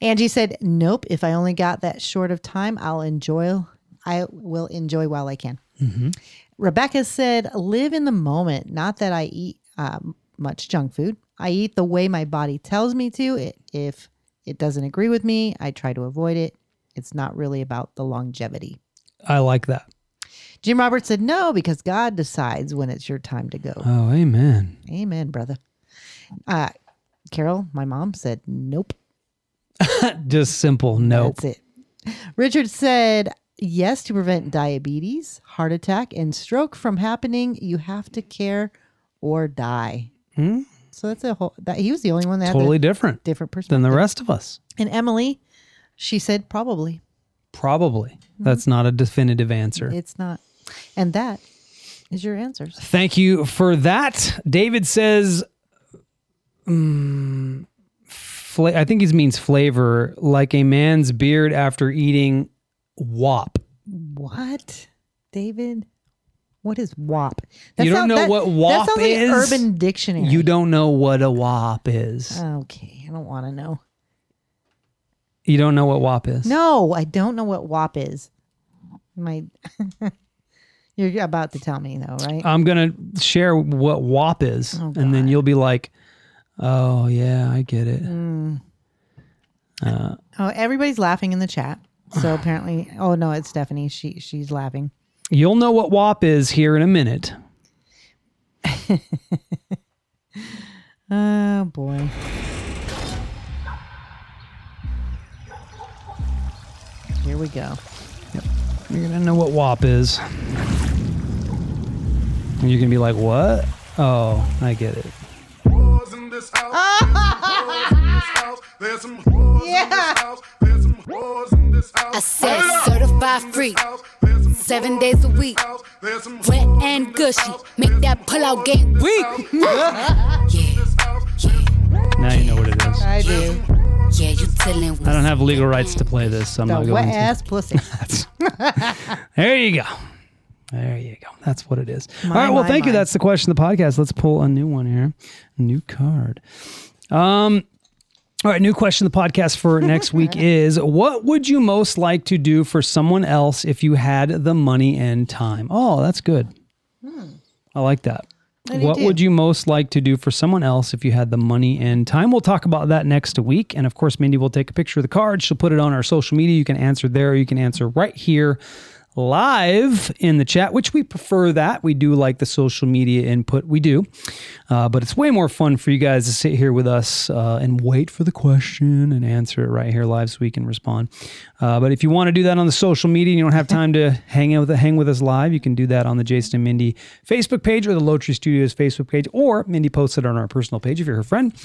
S2: Angie said, "Nope. If I only got that short of time, I'll enjoy. I will enjoy while I can."
S1: Mm-hmm.
S2: Rebecca said, "Live in the moment. Not that I eat um, much junk food. I eat the way my body tells me to. I- If it doesn't agree with me, I try to avoid it. It's not really about the longevity."
S1: I like that.
S2: Jim Roberts said, "No, because God decides when it's your time to go."
S1: Oh, amen.
S2: Amen, brother. Uh, Carol, my mom said, "Nope."
S1: Just simple. Nope.
S2: That's it. Richard said, yes, to prevent diabetes, heart attack, and stroke from happening, you have to care or die. So that's a whole, that, he was the only one that
S1: Hmm? Totally
S2: had
S1: different
S2: a different perspective.
S1: than the rest of us.
S2: And Emily, she said, probably.
S1: Probably.
S2: Mm-hmm.
S1: That's not a definitive answer.
S2: It's not. And that is your answers.
S1: Thank you for that. David says, mm, fla- I think he means flavor, like a man's beard after eating wop.
S2: What? David? What is WAP? That
S1: You don't know
S2: sound-
S1: what
S2: That
S1: WAP
S2: sounds like
S1: is?
S2: Urban Dictionary.
S1: You don't know what a wop
S2: Uh,
S1: is.
S2: Okay, I don't want to know.
S1: You don't know what WAP is.
S2: No, I don't know what WAP is. My, you're about to tell me though, right?
S1: I'm gonna share what WAP is,
S2: Oh,
S1: and then you'll be like, "Oh yeah, I get it."
S2: Mm. oh, everybody's laughing in the chat. So apparently, oh no, it's Stephanie. She she's laughing.
S1: You'll know what WAP is here in a minute.
S2: Oh boy. Here we go.
S1: You're gonna know what WAP is, and you're gonna be like, "What? Oh, I get it."
S4: whores in this house. There's some whores in this house. There's some whores in this house. There's some whores in this house.
S5: I said certified freak.
S4: There's some
S5: seven days a week. Wet and gushy, make that pullout game weak. yeah,
S1: Now you know what it is.
S2: I do.
S5: yeah, you tellin'
S1: I don't have legal rights to play this, so I'm
S2: The
S1: not
S2: wet
S1: going to.
S2: ass pussy.
S1: There you go. There you go. That's what it is.
S2: My,
S1: All right. Well,
S2: my,
S1: thank you.
S2: my.
S1: That's the question of the podcast. Let's pull a new one here. New card. Um. All right. New question of the podcast for next week is: What would you most like to do for someone else if you had the money and time? Oh, that's good. I like that.
S2: I do
S1: what
S2: too.
S1: would you most like to do for someone else if you had the money and time? We'll talk about that next week. And of course, Mindy will take a picture of the card. She'll put it on our social media. You can answer there. Or you can answer right here live in the chat, which we prefer that. We do like the social media input. We do. Uh, but it's way more fun for you guys to sit here with us uh, and wait for the question and answer it right here live so we can respond. Uh, but if you want to do that on the social media and you don't have time to hang out with hang with us live, you can do that on the Jason and Mindy Facebook page or the Low Tree Studios Facebook page, or Mindy posts it on our personal page if you're her friend.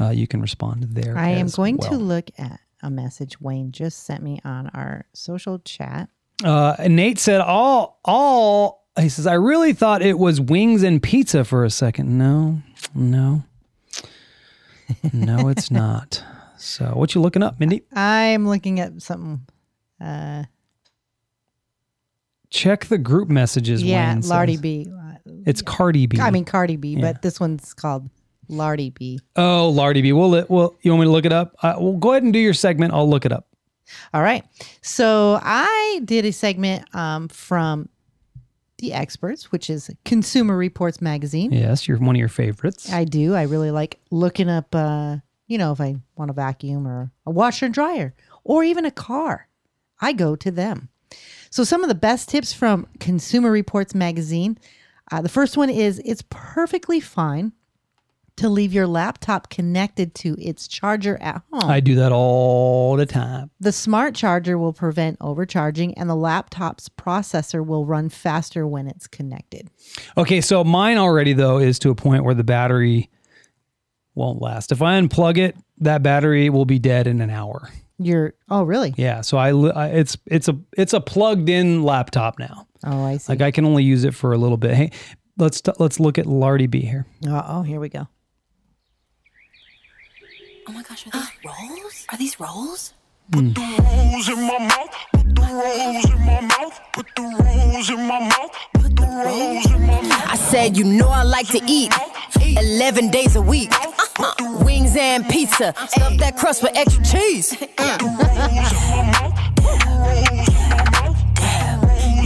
S1: Uh, you can respond there.
S2: I am
S1: as
S2: going to
S1: well.
S2: look at a message Wayne just sent me on our social chat.
S1: Uh, and Nate said, "All, all." He says, "I really thought it was wings and pizza for a second. No, no, no, it's not." So, what you looking up, Mindy?
S2: I'm looking at something. Uh,
S1: Check the group messages.
S2: yeah,
S1: Wayne
S2: Lardy
S1: says.
S2: B.
S1: It's Cardi B.
S2: I mean Cardi B,
S1: Mm. Yeah.
S2: but this one's called Lardy B.
S1: oh, Lardy B. Well, it, well, you want me to look it up? Uh, well, go ahead and do your segment. I'll look it up.
S2: All right. So I did a segment um, from The Experts, which is Consumer Reports magazine.
S1: Yes, you're one of your favorites.
S2: I do. I really like looking up, uh, you know, if I want a vacuum or a washer and dryer or even a car, I go to them. So, some of the best tips from Consumer Reports magazine. Uh, the first one is it's perfectly fine to leave your laptop connected to its charger at home.
S1: I do that all the time.
S2: The smart charger will prevent overcharging, and the laptop's processor will run faster when it's connected.
S1: Okay, so mine already though is to a point where the battery won't last. If I unplug it, that battery will be dead in an hour.
S2: You're oh really?
S1: Yeah, so I, li- I it's it's a it's a plugged in laptop now.
S2: Oh, I see.
S1: Like I can only use it for a little bit. Hey, let's t- let's look at Lardy B here.
S2: Uh oh, here we go.
S5: Oh my gosh, are these rolls? Are these rolls?
S4: rolls in my mouth. Put the rolls in my mouth. Put the rolls in my mouth. Put the rolls in my mouth.
S6: I said, you know I like to eat 11 days a week. Uh-huh. Wings and pizza. Stuff that crust with extra cheese.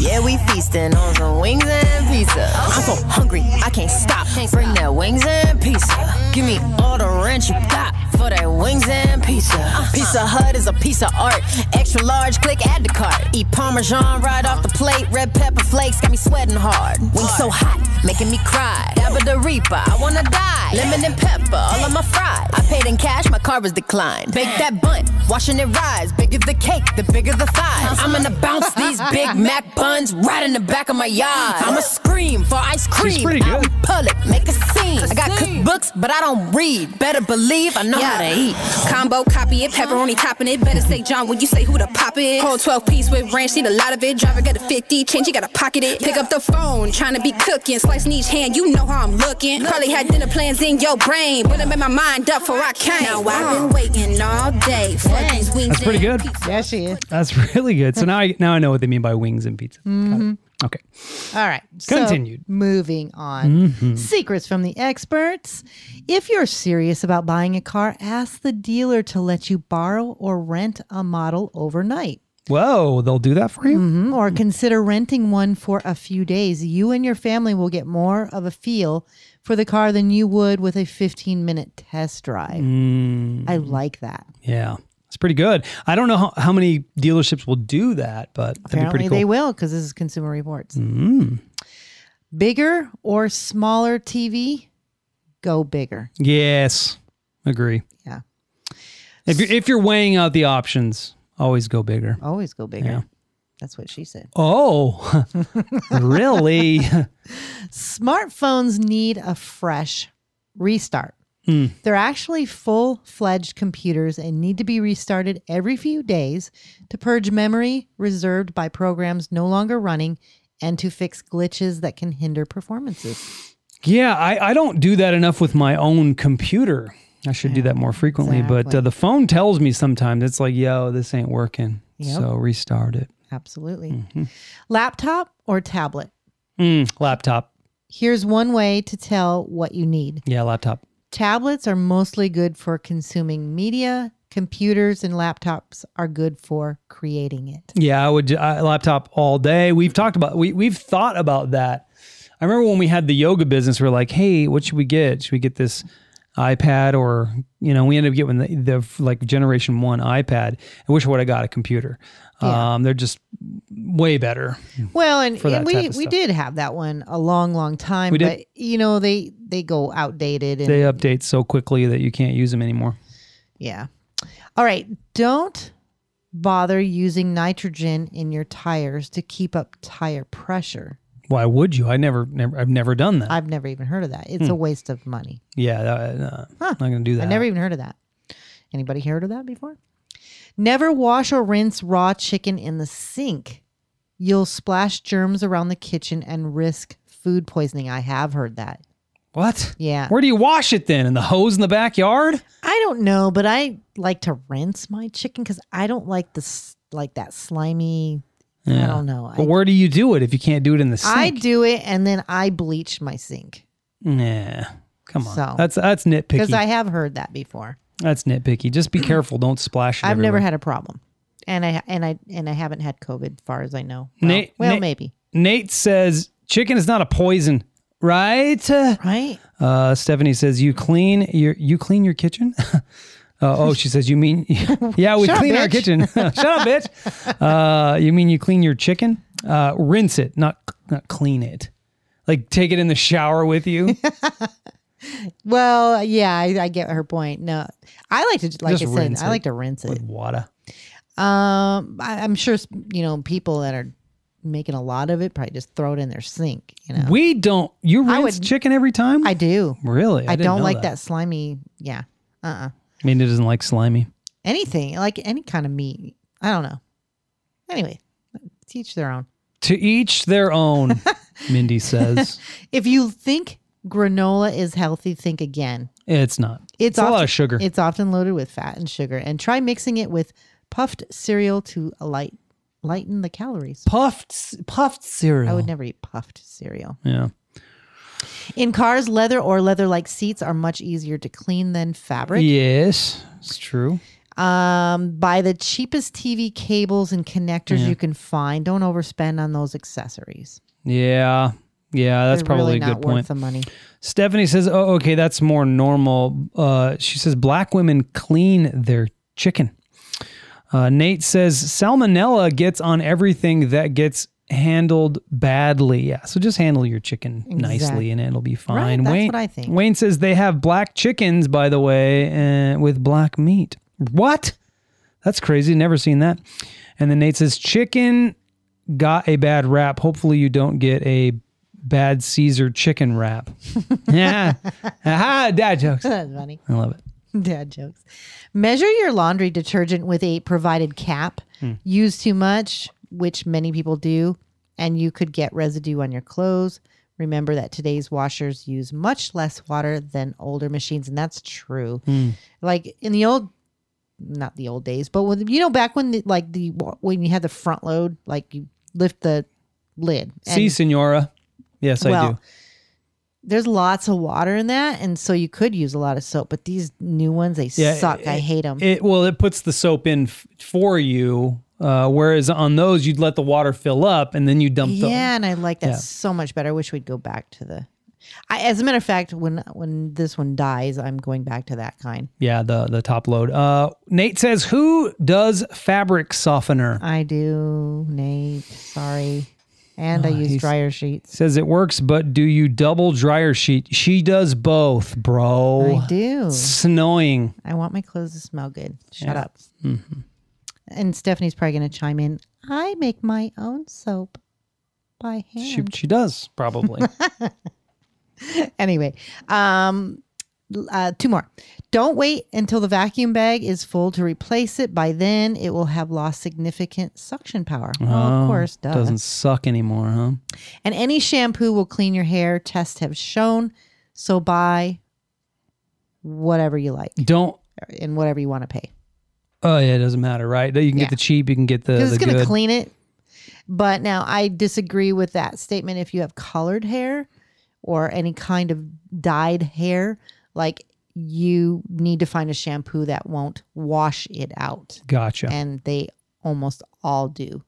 S6: Yeah, we feasting on some wings and pizza. I'm so hungry, I can't stop. Bring that wings and pizza. Give me all the ranch you got for that wings and pizza. Pizza Hut is a piece of art. Extra large, click add to cart. Eat Parmesan right off the plate. Red pepper flakes got me sweating hard. Wings so hot, making me cry. Dabba the Reaper, I wanna die. Lemon and pepper, all on my fries. I paid in cash, my card was declined. Bake that bun, watching it rise. Bigger the cake, the bigger the thighs. I'm gonna bounce these Big Mac buns right in the back of my yard. I'ma scream for ice cream.
S1: pretty good.
S6: Out in public, make a scene. I got cookbooks, but I don't read. Better believe I know how to eat.
S5: Combo, copy it, pepperoni topping it. Better say John when you say who to pop it. Whole 12 piece with ranch, need a lot of it. Driver got a 50, change, you gotta pocket it. Pick up the phone, tryna be cooking. Slicing each hand, you know how I'm looking. Probably had dinner plans in your brain, but I made my mind up for I came. Now I've been waiting all day for these wings.
S1: That's pretty
S5: and
S1: good.
S5: pizza.
S2: Yeah, she is.
S1: That's really good. So now I now I know what they mean by wings and pizza. Got it.
S2: Mm-hmm.
S1: Okay.
S2: All right. so
S1: Continued. Mm-hmm.
S2: moving on. Secrets from the experts. If you're serious about buying a car, ask the dealer to let you borrow or rent a model overnight.
S1: Whoa, they'll do that for you.
S2: Mm, Or consider renting one for a few days. You and your family will get more of a feel for the car than you would with a 15 minute test drive.
S1: Mm.
S2: I like that.
S1: Yeah, it's pretty good. I don't know how, how many dealerships will do that, but that'd be
S2: Apparently
S1: pretty cool. Mm.
S2: they will because this is Consumer Reports. Bigger or smaller TV? Go bigger.
S1: yes, agree.
S2: Yeah.
S1: If you're if you're weighing out the options, always go bigger.
S2: Always go bigger.
S1: Yeah.
S2: That's what she said.
S1: Oh, really?
S2: Smartphones need a fresh restart. They're actually full fledged computers and need to be restarted every few days to purge memory reserved by programs no longer running and to fix glitches that can hinder performances.
S1: Yeah, I, I don't do that enough with my own computer. I should do that more frequently, but uh,
S2: exactly.
S1: the phone tells me sometimes it's like, yo, this ain't working.
S2: Yep.
S1: So restart it.
S2: Absolutely. Laptop or tablet?
S1: Mm, laptop.
S2: Here's one way to tell what you need.
S1: Yeah, laptop.
S2: Tablets are mostly good for consuming media. Computers and laptops are good for creating it.
S1: Yeah, I would do- I, laptop all day. We've talked about we we've thought about that. I remember when we had the yoga business, we are like, hey, what should we get? Should we get this iPad or you know, we ended up getting the, the like generation one iPad. I wish I would have got a computer.
S2: Yeah.
S1: Um, they're just way better.
S2: Well, and,
S1: For that
S2: and
S1: type
S2: we
S1: of
S2: we
S1: stuff.
S2: did have that one a long, long time,
S1: We did.
S2: but you know they they go outdated and
S1: They update so quickly that you can't use them anymore.
S2: yeah. All right, don't bother using nitrogen in your tires to keep up tire pressure.
S1: Why would you? I never, never I've never done that.
S2: I've never even heard of that. It's a waste of money.
S1: yeah, that, uh, not gonna do Hmm. that.
S2: I never even heard of that. Anybody heard of that before? Never wash or rinse raw chicken in the sink. You'll splash germs around the kitchen and risk food poisoning. I have heard that.
S1: what?
S2: Yeah.
S1: Where do you wash it then? In the hose in the backyard?
S2: I don't know, but I like to rinse my chicken because I don't like this, like that slimy. I don't know.
S1: But
S2: I,
S1: where do you do it if you can't do it in the sink?
S2: I do it, and then I bleach my sink
S1: Nah, come on.
S2: So-
S1: that's that's nitpicky.
S2: because I have heard that before.
S1: that's nitpicky. Just be careful. Don't splash it.
S2: I've never
S1: everywhere.
S2: had a problem, and I and I and I haven't had COVID, far as I know. Well,
S1: Nate-
S2: well
S1: Nate-
S2: maybe
S1: Nate says chicken is not a poison, right?
S2: right.
S1: Uh, Stephanie says you clean your you clean your kitchen. Uh, oh, she says you mean yeah we
S2: Shut up,
S1: clean our
S2: bitch.
S1: kitchen. Shut up, bitch. Uh, you mean you clean your chicken? Uh, rinse it, not not clean it. Like take it in the shower with you.
S2: Well, yeah, I, I get her point. No, I like to, like
S1: Just
S2: I said,
S1: rinse
S2: I
S1: it
S2: like to rinse it.
S1: with water.
S2: Um, I, I'm sure you know people that are making a lot of it probably just throw it in their sink. You know,
S1: We don't. You
S2: I
S1: rinse
S2: would-
S1: chicken every time.
S2: I do.
S1: really.
S2: I,
S1: didn't
S2: don't
S1: know
S2: like that. slimy. Yeah, uh, uh
S1: I mean, it doesn't like slimy.
S2: anything like any kind of meat. I don't know. Anyway, teach their own.
S1: To each their own, Mindy says.
S2: If you think granola is healthy, think again.
S1: It's not.
S2: It's,
S1: a
S2: often,
S1: lot of sugar.
S2: It's often loaded with fat and sugar, and try mixing it with puffed cereal to light lighten the calories.
S1: puffed puffed cereal.
S2: I would never eat puffed cereal.
S1: yeah.
S2: In cars, leather or leather like seats are much easier to clean than fabric.
S1: Yes, it's true.
S2: Um, buy the cheapest TV cables and connectors you can find. Don't overspend on those accessories.
S1: Yeah. Yeah, that's
S2: They're
S1: probably
S2: really
S1: a
S2: not
S1: good
S2: worth
S1: point.
S2: the money.
S1: Stephanie says, "Oh, okay, that's more normal." Uh, she says, "Black women clean their chicken." Uh, Nate says, "Salmonella gets on everything that gets handled badly." Yeah, so just handle your chicken nicely,
S2: Exactly.
S1: and it'll be fine.
S2: Right, that's
S1: Wayne,
S2: what I think.
S1: Wayne says they have black chickens, by the way, uh, with black meat. What? That's crazy. Never seen that. And then Nate says, "Chicken got a bad rap. Hopefully, you don't get a bad Caesar chicken wrap. yeah. Aha, dad jokes. I
S2: That's funny.
S1: love it.
S2: Dad jokes. Measure your laundry detergent with a provided cap.
S1: Hmm.
S2: Use too much, which many people do, and you could get residue on your clothes. Remember that today's washers use much less water than older machines, and that's true.
S1: Hmm.
S2: Like in the old, not the old days, but when you know back when the, like the when you had the front load, like you lift the lid. and-
S1: See, senora. Yes, I
S2: Well,
S1: do.
S2: there's lots of water in that, and so you could use a lot of soap. But these new ones, they
S1: Yeah,
S2: suck. I hate them.
S1: It well, it puts the soap in f- for you, uh, whereas on those you'd let the water fill up and then you dump the
S2: Yeah, and I like that
S1: Yeah.
S2: so much better. I wish we'd go back to the. I, as a matter of fact, when when this one dies, I'm going back to that kind.
S1: yeah the the top load. Uh, Nate says, "Who does fabric softener?"
S2: I do, Nate. Sorry, and I use
S1: Oh, he's-
S2: dryer sheets.
S1: Says it works, but do you double dryer sheet? She does both, bro.
S2: I do.
S1: It's annoying.
S2: I want my clothes to smell good. Shut up.
S1: Mm-hmm.
S2: And Stephanie's probably going to chime in. I make my own soap by hand.
S1: She she does probably.
S2: anyway, um, uh, two more. Don't wait until the vacuum bag is full to replace it. By then, it will have lost significant suction power. Well, of course, duh.
S1: Doesn't suck anymore, huh?
S2: And any shampoo will clean your hair. Tests have shown. So buy whatever you like
S1: Don't.
S2: and whatever you want to pay
S1: Oh yeah, it doesn't matter, right? You can
S2: Yeah.
S1: get the cheap, you can get the,
S2: because
S1: the
S2: it's going to
S1: good.
S2: clean it. But now I disagree with that statement. If you have colored hair or any kind of dyed hair, like you need to find a shampoo that won't wash it out.
S1: gotcha.
S2: and they almost all do.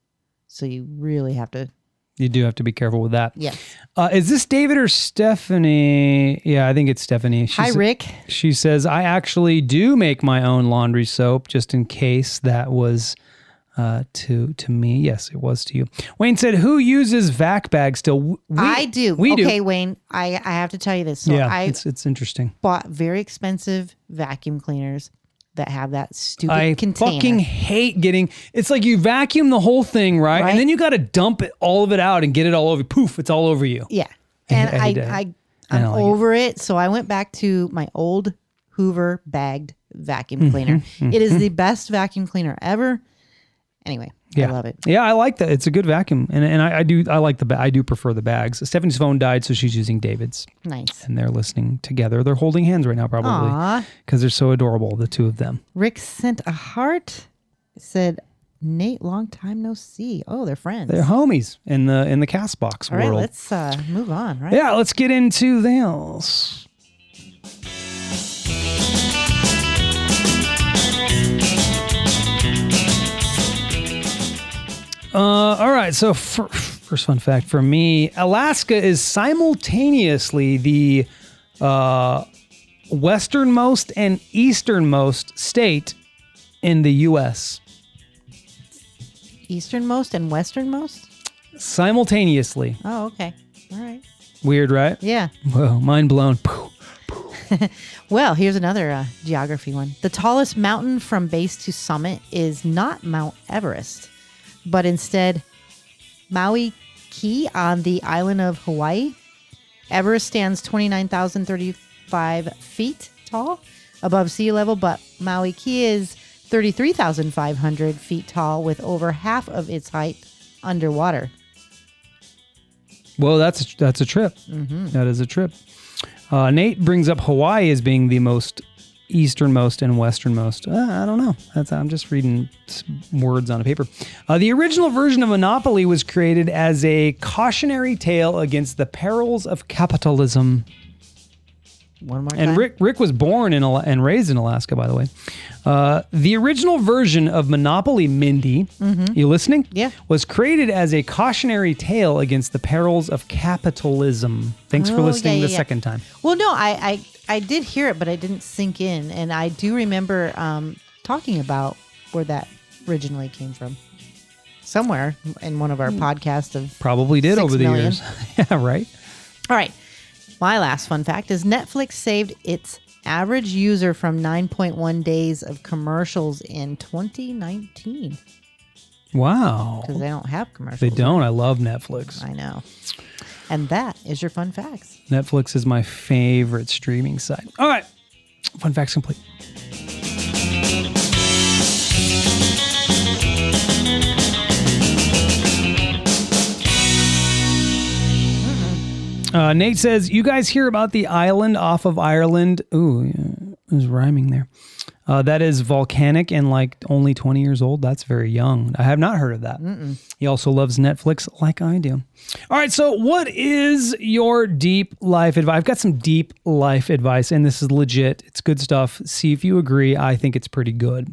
S2: So you really have to,
S1: you do have to be careful with that.
S2: yeah.
S1: Uh, is this David or Stephanie? Yeah, I think it's Stephanie. She
S2: Hi,
S1: sa-
S2: Rick.
S1: She says, I actually do make my own laundry soap just in case that was uh, to to me. Yes, it was to you. Wayne said, Who uses vac bags still? We,
S2: I do.
S1: We
S2: okay,
S1: do.
S2: Wayne, I, I have to tell you this. So
S1: yeah,
S2: I
S1: it's, it's interesting.
S2: bought very expensive vacuum cleaners that have that stupid
S1: I
S2: container.
S1: fucking hate getting. It's like you vacuum the whole thing, right?
S2: Right.
S1: And then you got to dump it all of it out and get it all over. Poof, it's all over you.
S2: yeah. And
S1: I
S2: I,
S1: hate it.
S2: I,
S1: I
S2: I am
S1: don't like it.
S2: over it. So I went back to my old Hoover bagged
S1: Mm-hmm.
S2: vacuum cleaner. It is the best vacuum cleaner ever. Anyway,
S1: Yeah,
S2: I love it.
S1: Yeah, I like that. It's a good vacuum, and and I, I do I like the ba- I do prefer the bags. Stephanie's phone died, so she's using David's,
S2: Nice.
S1: and they're listening together. They're holding hands right now, probably
S2: Aw.
S1: because they're so adorable, the two of them.
S2: Rick sent a heart. Said Nate, long time no see. Oh, they're friends.
S1: They're homies in the in the Castbox
S2: All right,
S1: world.
S2: let's uh, move on. Right?
S1: yeah, let's get into this. Uh, all right, so fir- first fun fact for me, Alaska is simultaneously the uh, westernmost and easternmost state in the U.S.
S2: Easternmost and westernmost.
S1: Simultaneously,
S2: Oh, okay. All right.
S1: weird, right?
S2: Yeah.
S1: Whoa, mind blown.
S2: Well, here's another uh, geography one. The tallest mountain from base to summit is not Mount Everest, but instead Maui Kea on the island of Hawaii. Everest stands 29,035 feet tall above sea level, but Maui Kea is 33,500 feet tall with over half of its height underwater.
S1: Well, that's a, that's a trip. That is a trip. Uh, Nate brings up Hawaii as being the most easternmost and westernmost. Uh, I don't know. That's I'm just reading s- words on a paper. Uh, the original version of Monopoly was created as a cautionary tale against the perils of capitalism.
S2: One more time.
S1: And Rick Rick was born in Ala- and raised in Alaska, by the way. Uh, the original version of Monopoly Mindy, you listening?
S2: Mm-hmm. Yeah.
S1: Was created as a cautionary tale against the perils of capitalism. Thanks for
S2: Oh,
S1: listening
S2: yeah,
S1: the
S2: yeah, yeah.
S1: second time.
S2: Well, no, I, I I did hear it, but I didn't sink in, and I do remember um, talking about where that originally came from, somewhere in one of
S1: Hmm.
S2: our podcasts. Of
S1: Probably did
S2: Six
S1: over the
S2: million.
S1: years. yeah, right.
S2: all right, my last fun fact is Netflix saved its average user from 9.1 days of commercials in 2019
S1: Wow.
S2: because they don't have commercials.
S1: They don't. I love Netflix.
S2: I know. And that is your fun facts.
S1: Netflix is my favorite streaming site. All right. Fun facts complete. Uh, Nate says, You guys hear about the island off of Ireland? Ooh, yeah, it was rhyming there. Uh, that is volcanic and like only 20 years old. That's very young. I have not heard of that. He also loves Netflix like I do. All right. So, what is your deep life advice? I've got some deep life advice, and this is legit. It's good stuff. See if you agree. I think it's pretty good.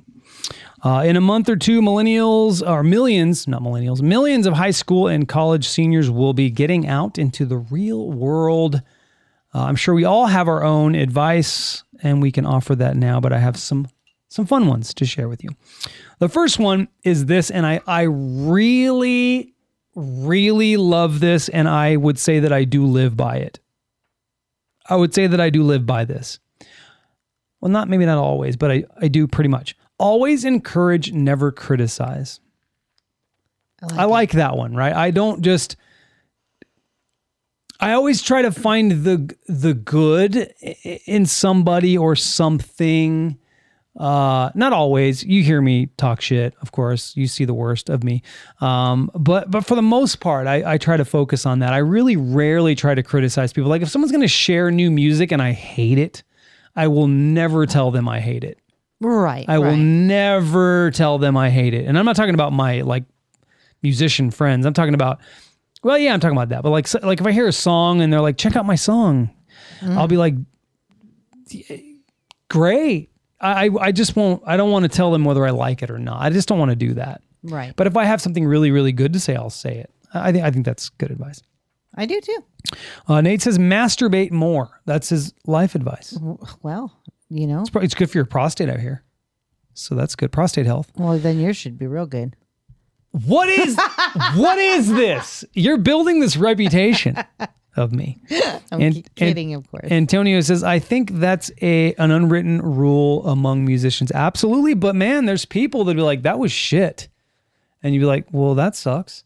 S1: Uh, in a month or two, millennials or millions, not millennials, millions of high school and college seniors will be getting out into the real world. Uh, I'm sure we all have our own advice and we can offer that now, but I have some some fun ones to share with you. The first one is this, and I I really, really love this, and I would say that I do live by it. I would say that I do live by this. Well, not maybe not always, but I, I do pretty much. Always encourage, never criticize. I like that one, right? I don't just I always try to find the the good i- i- in somebody or something. Uh, not always. You hear me talk shit, of course. You see the worst of me. Um, but but for the most part, I, I try to focus on that. I really rarely try to criticize people. Like if someone's gonna share new music and I hate it, I will never tell them I hate it.
S2: Right.
S1: I will
S2: right.
S1: never tell them I hate it. And I'm not talking about my like musician friends. I'm talking about well, yeah, I'm talking about that. But like so, like if I hear a song and they're like, "Check out my song." I'll be like great. I I- I just won't I don't want to tell them whether I like it or not. I just don't want to do that.
S2: Right.
S1: But if I have something really really good to say, I'll say it. I think I think that's good advice.
S2: I do too.
S1: Uh, Nate says masturbate more. That's his life advice.
S2: Well, you know.
S1: It's pro- It's good for your prostate out here. So that's good prostate health.
S2: Well, then yours should be real good.
S1: What is what is this? You're building this reputation of me.
S2: I'm
S1: And-
S2: ki-
S1: and-
S2: kidding, of course.
S1: Antonio says, I think that's a an unwritten rule among musicians. Absolutely, but man, there's people that'd be like, that was shit. And you'd be like, well, that sucks.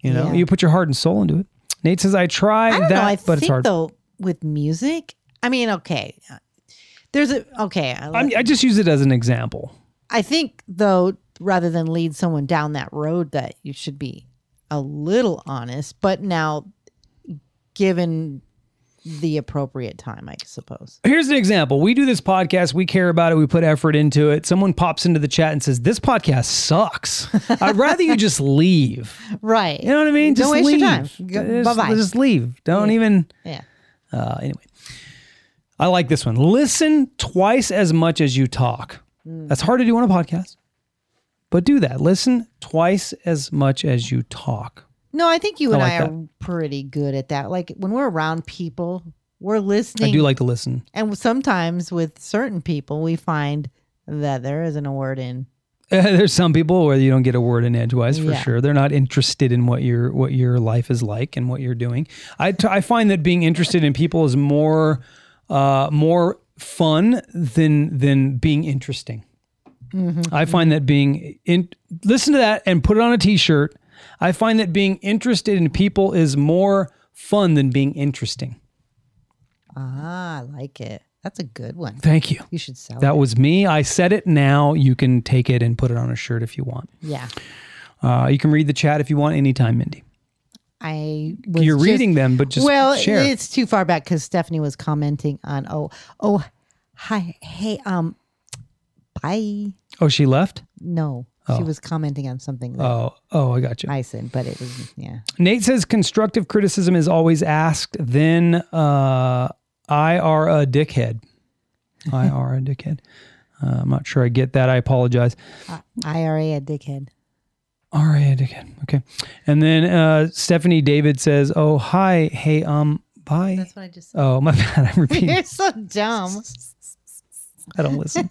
S1: You know,
S2: Yeah.
S1: you put your heart and soul into it. Nate says, I tried
S2: I don't
S1: that,
S2: know. I
S1: but
S2: think
S1: it's hard.
S2: though with music, I mean, okay, there's a okay. I,
S1: I'm, I just use it as an example.
S2: I think though, rather than lead someone down that road, that you should be a little honest, but now given the appropriate time, I suppose.
S1: Here's an example. We do this podcast. We care about it. We put effort into it. Someone pops into the chat and says, This podcast sucks. I'd rather you just leave.
S2: Right.
S1: You know what I mean?
S2: Don't
S1: Just
S2: waste
S1: leave.
S2: your time. Bye
S1: Just-
S2: bye.
S1: Just leave. Don't even.
S2: yeah.
S1: Uh, anyway, I like this one. Listen twice as much as you talk.
S2: Hmm.
S1: That's hard to do on a podcast, but do that. Listen twice as much as you talk.
S2: No, I think you and
S1: like
S2: I, are pretty good at that. Like when we're around people, we're listening.
S1: I do like to listen.
S2: and sometimes with certain people, we find that there isn't a word in.
S1: There's some people where you don't get a word in edgewise for
S2: Yeah.
S1: sure. They're not interested in what your what your life is like and what you're doing. I t- I find that being interested in people is more uh, more fun than than being interesting. I find that being in listen to that and put it on a t-shirt. I find that being interested in people is more fun than being interesting.
S2: Ah, I like it. That's a good one.
S1: Thank you.
S2: You should sell
S1: That
S2: it.
S1: was me. I said it now. You can take it and put it on a shirt if you want.
S2: Yeah.
S1: Uh, you can read the chat if you want anytime, Mindy.
S2: I was
S1: You're
S2: just-
S1: reading them, but just
S2: well,
S1: share.
S2: it's too far back because Stephanie was commenting on oh oh hi hey um bye
S1: oh, she left.
S2: no she was commenting on something that
S1: Oh, oh, I got you.
S2: I said but it was yeah
S1: Nate says constructive criticism is always asked. Then uh, I are a dickhead. I are a dickhead. Uh, I'm not sure I get that. I apologize.
S2: IRA a dickhead
S1: All right, again. Okay. And then uh, Stephanie David says, "Oh, hi, hey, um, bye."
S2: that's what I just said
S1: oh, my bad. I'm repeating.
S2: you're so dumb
S1: I don't listen.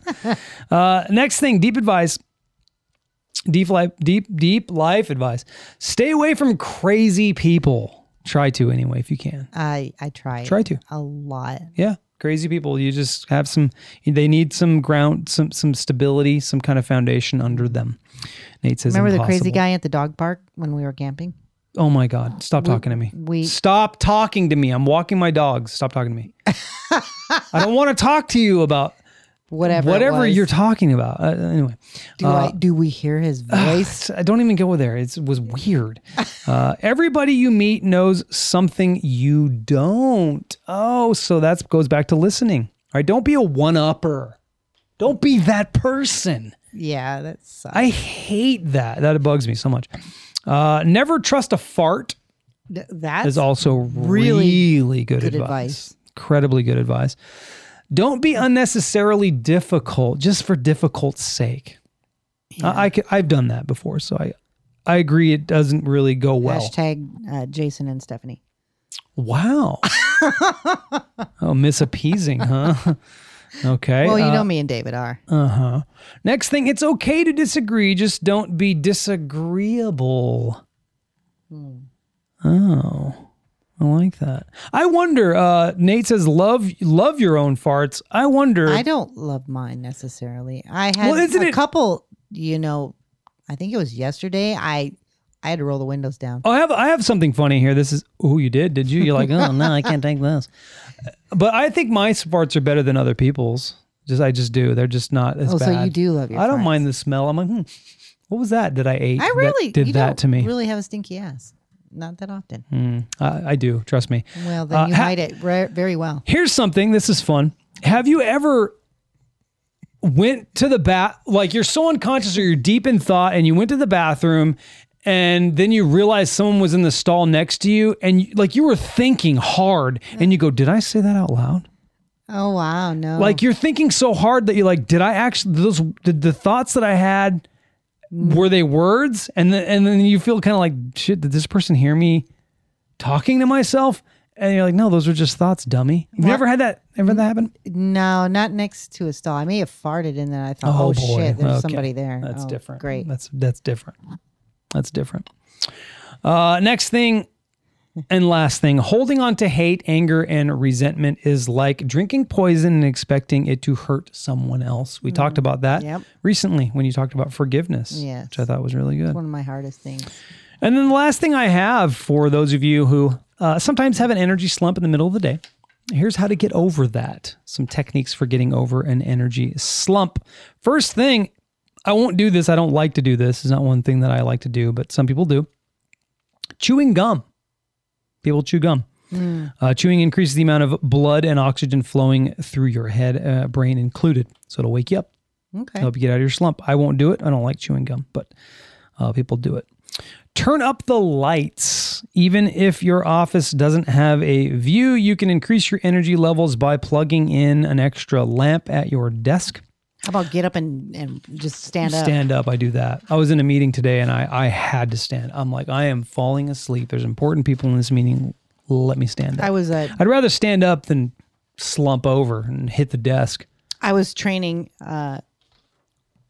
S1: uh, next thing, deep advice. Deep life, deep, deep life advice. Stay away from crazy people. Try to anyway, if you can.
S2: I I try
S1: Try to.
S2: a lot
S1: Yeah, crazy people. You just have some. They need some ground, some some stability, some kind of foundation under them. Nate says,
S2: remember the crazy
S1: "Impossible."
S2: guy at the dog park when we were camping
S1: Oh my God! Stop talking to me.
S2: we-
S1: Stop talking to me. I'm walking my dogs. Stop talking to me. I don't want to talk to you about
S2: whatever it
S1: whatever
S2: was.
S1: you're uh, talking about. Uh, anyway.
S2: do I do we hear his
S1: It's-
S2: voice
S1: I don't even go there. It's, it was weird. Uh, everybody you meet knows something you don't. Oh, so that goes back to listening. All right, don't be a one upper. Don't be that person.
S2: yeah that's uh,
S1: I hate that. That bugs me so much. Uh, never trust a fart
S2: that's
S1: is also really,
S2: really
S1: good,
S2: good
S1: advice.
S2: advice.
S1: Incredibly good advice. Don't be unnecessarily difficult just for difficult's sake. I, I have done that before, so I I agree it doesn't really go well.
S2: hashtag uh, Jason and Stephanie
S1: Wow. oh, misappeasing, huh? Okay.
S2: well you
S1: uh,
S2: know me and David are
S1: Next thing, it's okay to disagree, just don't be disagreeable.
S2: Hmm.
S1: Oh, I like that. I wonder. Uh, Nate says, "Love, love your own farts." I wonder.
S2: I don't love mine necessarily. I had
S1: Well, isn't
S2: a
S1: it-
S2: couple, you know, I think it was yesterday. I I had to roll the windows down.
S1: Oh, I have I have something funny here. This is oh, you did, did you? You're like, oh no, I can't take this. But I think my farts are better than other people's. Just I just do. They're just not as
S2: Oh,
S1: bad.
S2: so you do love your
S1: I don't
S2: farts.
S1: mind the smell. I'm like, hmm, what was that Oh, that I ate?
S2: I really
S1: that did
S2: you
S1: that
S2: don't
S1: to me.
S2: Really have a stinky ass. Not that often.
S1: I, I do. Trust me.
S2: Well, then
S1: Uh,
S2: you
S1: ha-
S2: hide it re- very well.
S1: Here's something. This is fun. Have you ever went to the bath? Like you're so unconscious or you're deep in thought, and you went to the bathroom, and then you realize someone was in the stall next to you, and you, like you were thinking hard, and you go, "Did I say that out loud?"
S2: Oh wow, no.
S1: Like you're thinking so hard that you're like, "Did I actually those did the thoughts that I had?" Were they words? And then and then you feel kind of like shit. Did this person hear me talking to myself? And you're like, no, those were just thoughts, dummy. Have you ever had that? Ever had that happen?
S2: no, not next to a stall. I may have farted and then I thought, oh, shit, there's
S1: Okay.
S2: somebody there.
S1: That's
S2: Oh,
S1: different.
S2: Great.
S1: That's that's different. That's different. Uh, next thing and last thing, holding on to hate, anger, and resentment is like drinking poison and expecting it to hurt someone else. We talked about that
S2: Mm. Yep.
S1: recently when you talked about forgiveness,
S2: Yes.
S1: which I thought was really good.
S2: One of my hardest things.
S1: And then the last thing I have for those of you who uh, sometimes have an energy slump in the middle of the day, here's how to get over that. Some techniques for getting over an energy slump. First thing, I won't do this. I don't like to do this. It's not one thing that I like to do, but some people do. Chewing gum. People chew gum. Uh, chewing increases the amount of blood and oxygen flowing through your head, uh, brain included. So it'll wake you up
S2: Okay.
S1: help you get out of your slump. I won't do it. I don't like chewing gum, but uh, people do it. Turn up the lights. Even if your office doesn't have a view, you can increase your energy levels by plugging in an extra lamp at your desk.
S2: How about get up and, and just stand up?
S1: Stand up. I do that. I was in a meeting today and I, I had to stand. I'm like, I am falling asleep. There's important people in this meeting. Let me stand
S2: I
S1: up.
S2: was a
S1: I'd rather stand up than slump over and hit the desk.
S2: I was training uh,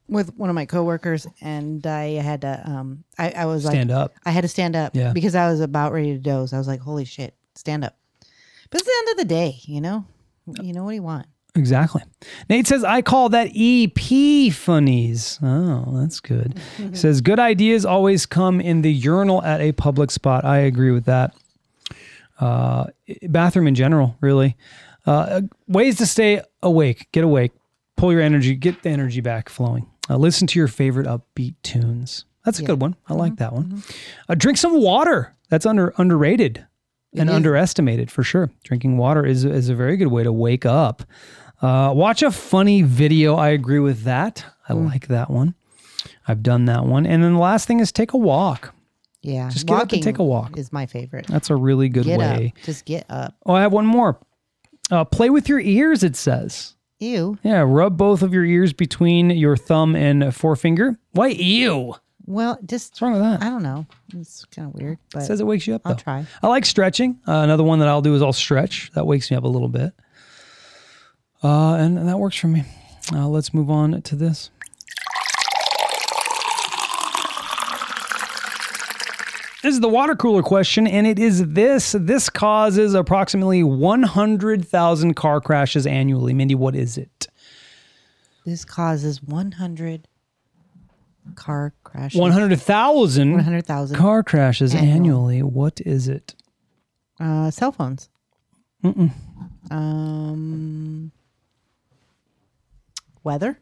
S2: with one of my coworkers, and I had to. Um, I, I was
S1: Stand
S2: like,
S1: up.
S2: I had to stand up
S1: Yeah.
S2: because I was about ready to doze. I was like, "Holy shit, stand up!" But it's the end of the day, you know. You know what do you want?
S1: Exactly. Nate says, I call that EP funnies. Oh, that's good. He says, good ideas always come in the urinal at a public spot. I agree with that. Uh, bathroom in general, really. Uh, ways to stay awake, get awake, pull your energy, get the energy back flowing. Uh, listen to your favorite upbeat tunes. That's a good one. I like that one. Uh, drink some water. That's under underrated and
S2: is.
S1: underestimated for sure. Drinking water is is a very good way to wake up. Uh, watch a funny video. I agree with that. I
S2: Hmm.
S1: like that one. I've done that one. And then the last thing is take a walk.
S2: Yeah,
S1: Just get up and take a walk.
S2: is my favorite.
S1: That's a really good
S2: Get
S1: way.
S2: up, just get up.
S1: Oh, I have one more. Uh, play with your ears. It says.
S2: Ew.
S1: Yeah, rub both of your ears between your thumb and forefinger. Why ew?
S2: Well, just
S1: What's wrong with that?
S2: I don't know. It's kind of weird, but
S1: It says it wakes you up.
S2: I'll
S1: though.
S2: try.
S1: I like stretching. Uh, another one that I'll do is I'll stretch. That wakes me up a little bit. Uh, and, and that works for me. Uh, let's move on to this. This is the water cooler question, and it is this. This causes approximately 100,000 car crashes annually. Mindy, what is it?
S2: this causes one hundred car crashes.
S1: 100,000
S2: 100,000
S1: car crashes
S2: Annual.
S1: annually. What is it?
S2: Uh, cell phones. Mm-mm. Um, weather.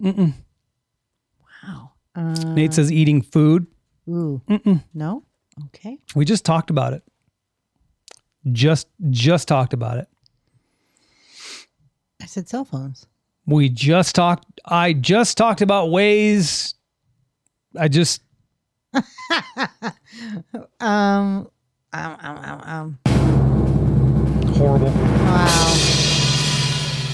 S2: Mm-mm. Wow. Uh,
S1: Nate says eating food.
S2: ooh. No. Okay.
S1: We just talked about it. Just just talked about it.
S2: I said cell phones.
S1: We just talked I just talked about ways I just
S2: Um. Um. Um. Um. um.
S1: horrible.
S2: Wow.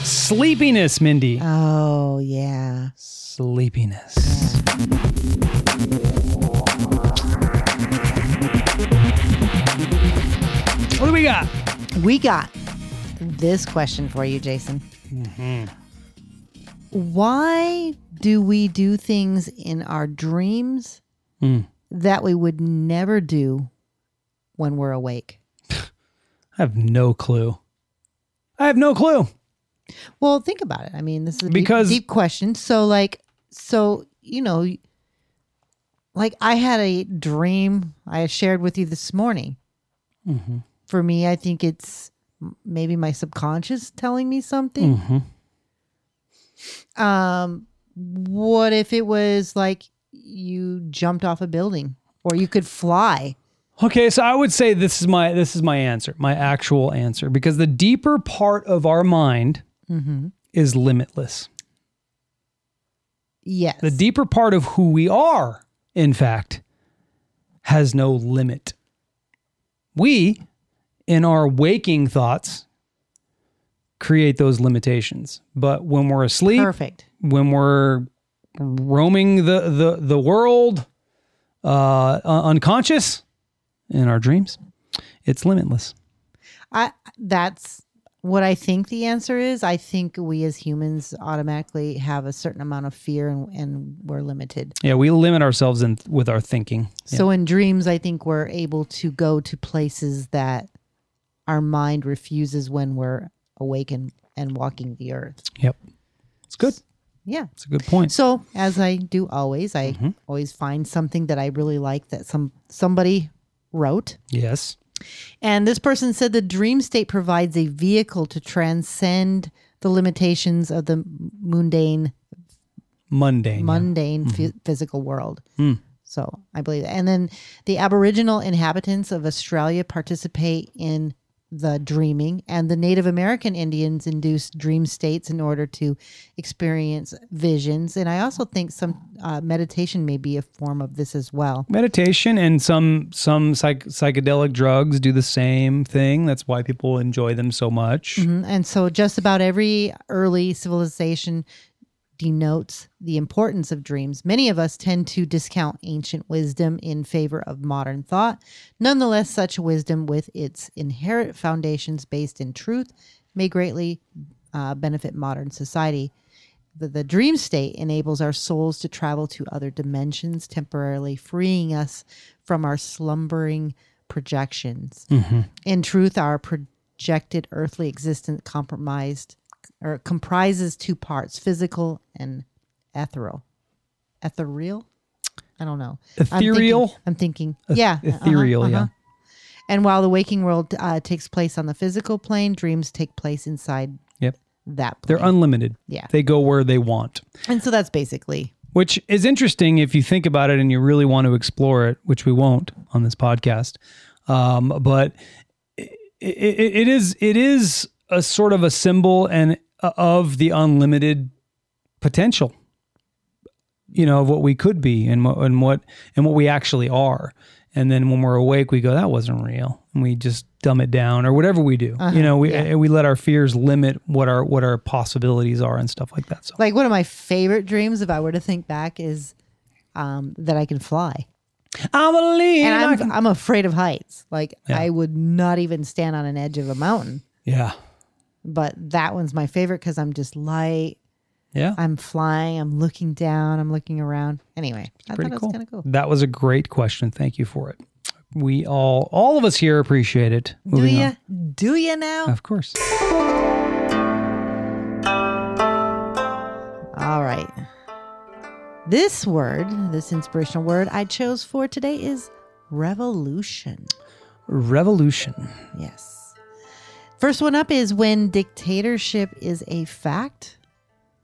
S1: Sleepiness, Mindy.
S2: Oh yeah.
S1: Sleepiness. What do we got?
S2: We got this question for you, Jason. Why do we do things in our dreams that we would never do when we're awake?
S1: I have no clue. I have no clue.
S2: Well, think about it. I mean, this is a
S1: Because-
S2: deep, deep question. So, like, so you know, like I had a dream I shared with you this morning. For me, I think it's m- maybe my subconscious telling me something. Um, what if it was like you jumped off a building or you could fly?
S1: Okay, so I would say this is my this is my answer, my actual answer, because the deeper part of our mind is limitless.
S2: Yes.
S1: The deeper part of who we are, in fact, has no limit. We, in our waking thoughts, create those limitations. But when we're asleep,
S2: Perfect.
S1: when we're roaming the the the world uh un- unconscious in our dreams it's limitless
S2: I that's what I think the answer is. I think we as humans automatically have a certain amount of fear and, and we're limited.
S1: yeah we limit ourselves in with our thinking
S2: So in dreams, I think we're able to go to places that our mind refuses when we're awake and, and walking the earth.
S1: yep it's good
S2: Yeah.
S1: it's a good point
S2: So as I do always, I always find something that I really like that some somebody wrote.
S1: yes
S2: And this person said the dream state provides a vehicle to transcend the limitations of the mundane
S1: mundane
S2: mundane phy- physical world. So I believe that. And then the Aboriginal inhabitants of Australia participate in the dreaming, and the Native American Indians induce dream states in order to experience visions. And I also think some uh, meditation may be a form of this as well.
S1: meditation and some some psych- psychedelic drugs do the same thing that's why people enjoy them so much
S2: Mhm. And so, just about every early civilization denotes the importance of dreams. Many of us tend to discount ancient wisdom in favor of modern thought. Nonetheless, such wisdom, with its inherent foundations based in truth, may greatly uh, benefit modern society. The, the dream state enables our souls to travel to other dimensions, temporarily freeing us from our slumbering projections.
S1: Mm-hmm.
S2: In truth, our projected earthly existence compromised or comprises two parts, physical and ethereal. Ethereal? I don't know. I'm thinking-
S1: Ethereal?
S2: I'm thinking, yeah. uh-huh,
S1: ethereal yeah
S2: uh-huh. And while the waking world uh, takes place on the physical plane, dreams take place inside
S1: yep
S2: that plane.
S1: they're unlimited
S2: Yeah.
S1: they go where they want
S2: and so that's basically
S1: which is interesting if you think about it and you really want to explore it, which we won't on this podcast. Um, but it, it, it is it is a sort of a symbol and uh, of the unlimited potential, you know, of what we could be and what and what and what we actually are. And then when we're awake, we go, "That wasn't real," and we just dumb it down or whatever we do.
S2: Uh-huh.
S1: you know, we we let our fears limit what our what our possibilities are and stuff like that. So
S2: like one of my favorite dreams, if I were to think back, is um, that I can fly.
S1: I believe.
S2: And
S1: I
S2: I'm,
S1: can-
S2: I'm afraid of heights. Like, I would not even stand on an edge of a mountain.
S1: yeah.
S2: But that one's my favorite because I'm just light.
S1: Yeah.
S2: I'm flying. I'm looking down. I'm looking around. Anyway, I thought
S1: pretty
S2: it
S1: cool.
S2: was kind of cool.
S1: That was a great question. Thank you for it. We all, all of us here appreciate it.
S2: Do
S1: Moving
S2: ya?
S1: on.
S2: Do ya now?
S1: Of course. Oh.
S2: All right. This word, this inspirational word I chose for today is revolution.
S1: Revolution.
S2: Yes. First one up is when dictatorship is a fact,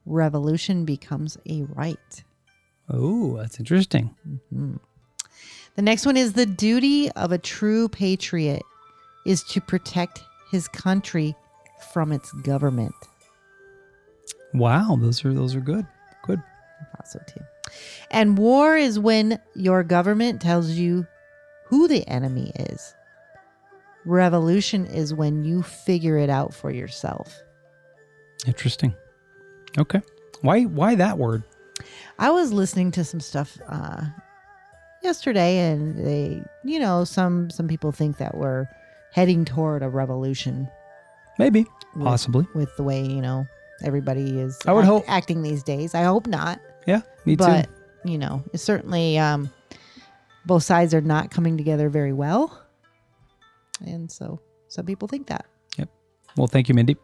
S2: revolution becomes a right.
S1: Oh, that's interesting.
S2: The next one is the duty of a true patriot is to protect his country from its government.
S1: Wow. Those are, those are good. Good.
S2: Also too. And war is when your government tells you who the enemy is. Revolution is when you figure it out for yourself.
S1: Interesting. Okay. Why, why that word?
S2: I was listening to some stuff uh, yesterday, and they, you know, some some people think that we're heading toward a revolution
S1: Maybe. Possibly.
S2: with the way you know everybody is.
S1: I would hope-
S2: acting these days. I hope not,
S1: Yeah. Me
S2: but
S1: too.
S2: you know, it's certainly um, both sides are not coming together very well, and so some people think that.
S1: Yep. Well, thank you, Mindy.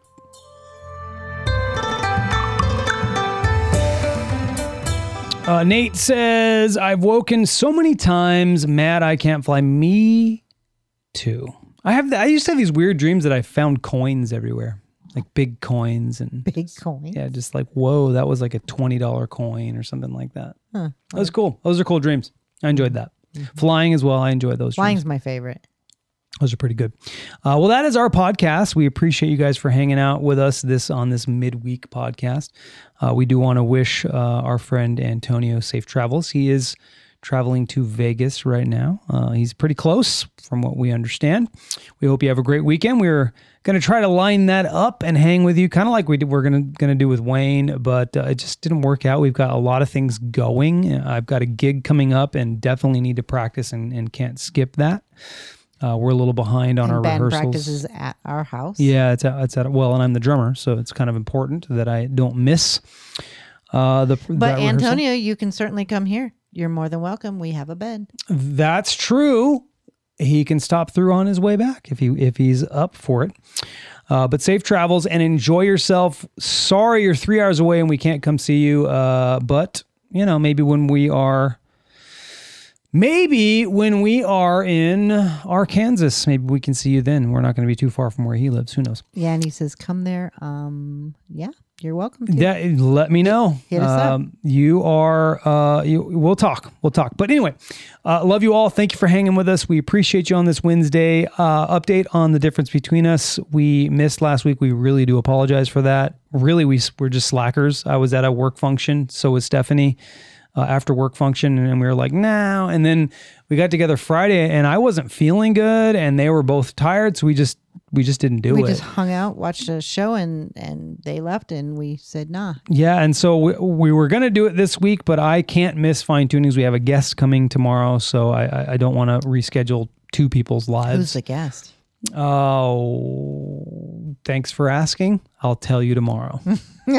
S1: Uh, Nate says, I've woken so many times mad I can't fly. Me too. I have. The, I used to have these weird dreams that I found coins everywhere, like big coins and
S2: Big coin.
S1: yeah, just like whoa, that was like a twenty dollar coin or something like that. That was cool. Those are cool dreams. I enjoyed that. Flying as well. I enjoyed those. dreams.
S2: Flying's my favorite.
S1: Those are pretty good. Uh, well, that is our podcast. We appreciate you guys for hanging out with us this on this midweek podcast. Uh, we do want to wish uh, our friend Antonio safe travels. He is traveling to Vegas right now. Uh, he's pretty close, from what we understand. We hope you have a great weekend. We're going to try to line that up and hang with you, kind of like we did, we're going to going to do with Wayne, but uh, it just didn't work out. We've got a lot of things going. I've got a gig coming up, and definitely need to practice and, and can't skip that. Uh, we're a little behind on
S2: And
S1: our
S2: band
S1: rehearsals.
S2: practices at our house.
S1: Yeah, it's a, it's a, well, and I'm the drummer, so it's kind of important that I don't miss. Uh, the
S2: But
S1: that rehearsal.
S2: Antonio, you can certainly come here. You're more than welcome. We have a bed.
S1: that's true. He can stop through on his way back if he if he's up for it. Uh, but safe travels and enjoy yourself. Sorry you're three hours away and we can't come see you. Uh, but you know maybe when we are, maybe when we are in Arkansas, maybe we can see you then. We're not going to be too far from where he lives. Who knows?
S2: Yeah, and he says, "Come there." Um, yeah, you're welcome. To.
S1: That let me know. Um,
S2: Hit us up.
S1: You are. Uh, you, we'll talk. We'll talk. But anyway, uh, love you all. Thank you for hanging with us. We appreciate you on this Wednesday uh, update on the difference between us. We missed last week. We really do apologize for that. Really, we s- we're just slackers. I was at a work function. So was Stephanie. Uh, after work function, and we were like, "No." And then we got together Friday, and I wasn't feeling good, and they were both tired, so we just we just didn't do
S2: we
S1: it.
S2: just hung out, watched a show, and and they left, and we said, "Nah."
S1: Yeah, and so we, we were going to do it this week, but I can't miss fine tunings. We have a guest coming tomorrow, so I I, I don't want to reschedule two people's
S2: Who's
S1: lives.
S2: the guest?
S1: Oh, thanks for asking. I'll tell you tomorrow.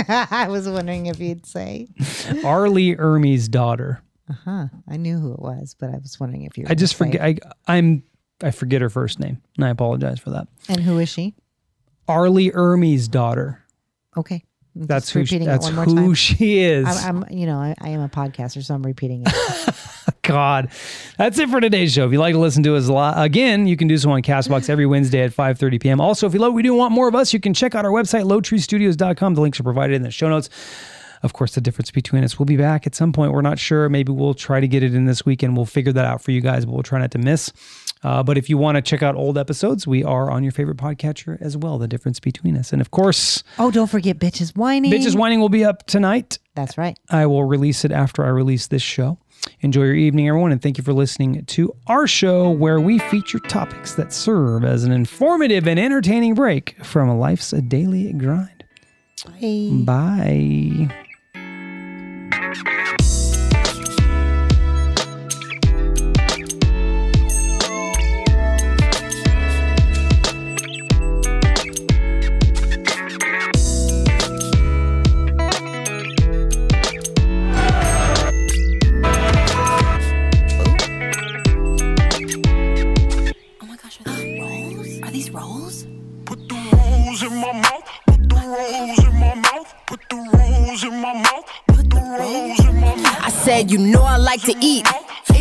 S2: I was wondering if you'd say.
S1: Arlie Ermey's daughter.
S2: Huh? I knew who it was, but I was wondering if you. Were
S1: I just
S2: gonna say
S1: forget. I I'm I forget her first name, and I apologize for that.
S2: it. And who is she?
S1: Arlie Ermey's daughter.
S2: Okay. I'm
S1: That's
S2: just
S1: who. She,
S2: repeating
S1: that's
S2: it one
S1: who
S2: more time.
S1: she is.
S2: I'm, I'm, you know, I, I am a podcaster, so I'm repeating it.
S1: God. That's it for today's show. If you'd like to listen to us li- again, you can do so on CastBox every Wednesday at 5.30 p.m. Also, if you love we do want more of us, you can check out our website, lowtreestudios.com. The links are provided in the show notes. Of course, the difference between us. We'll be back at some point. We're not sure. Maybe we'll try to get it in this week and we'll figure that out for you guys, but we'll try not to miss. Uh, but if you want to check out old episodes, we are on your favorite podcatcher as well, The Difference Between Us. And of course,
S2: oh, don't forget, bitches whining.
S1: Bitches Whining will be up tonight.
S2: That's right.
S1: I will release it after I release this show. Enjoy your evening, everyone, and thank you for listening to our show where we feature topics that serve as an informative and entertaining break from life's daily grind.
S2: Hey.
S1: Bye.
S5: Oh my gosh, are these rolls? Are these rolls?
S4: Put the rose in my mouth. Put the rose in my mouth. Put the rose in my mouth. Put the rose in my mouth.
S6: I said, you know I like to eat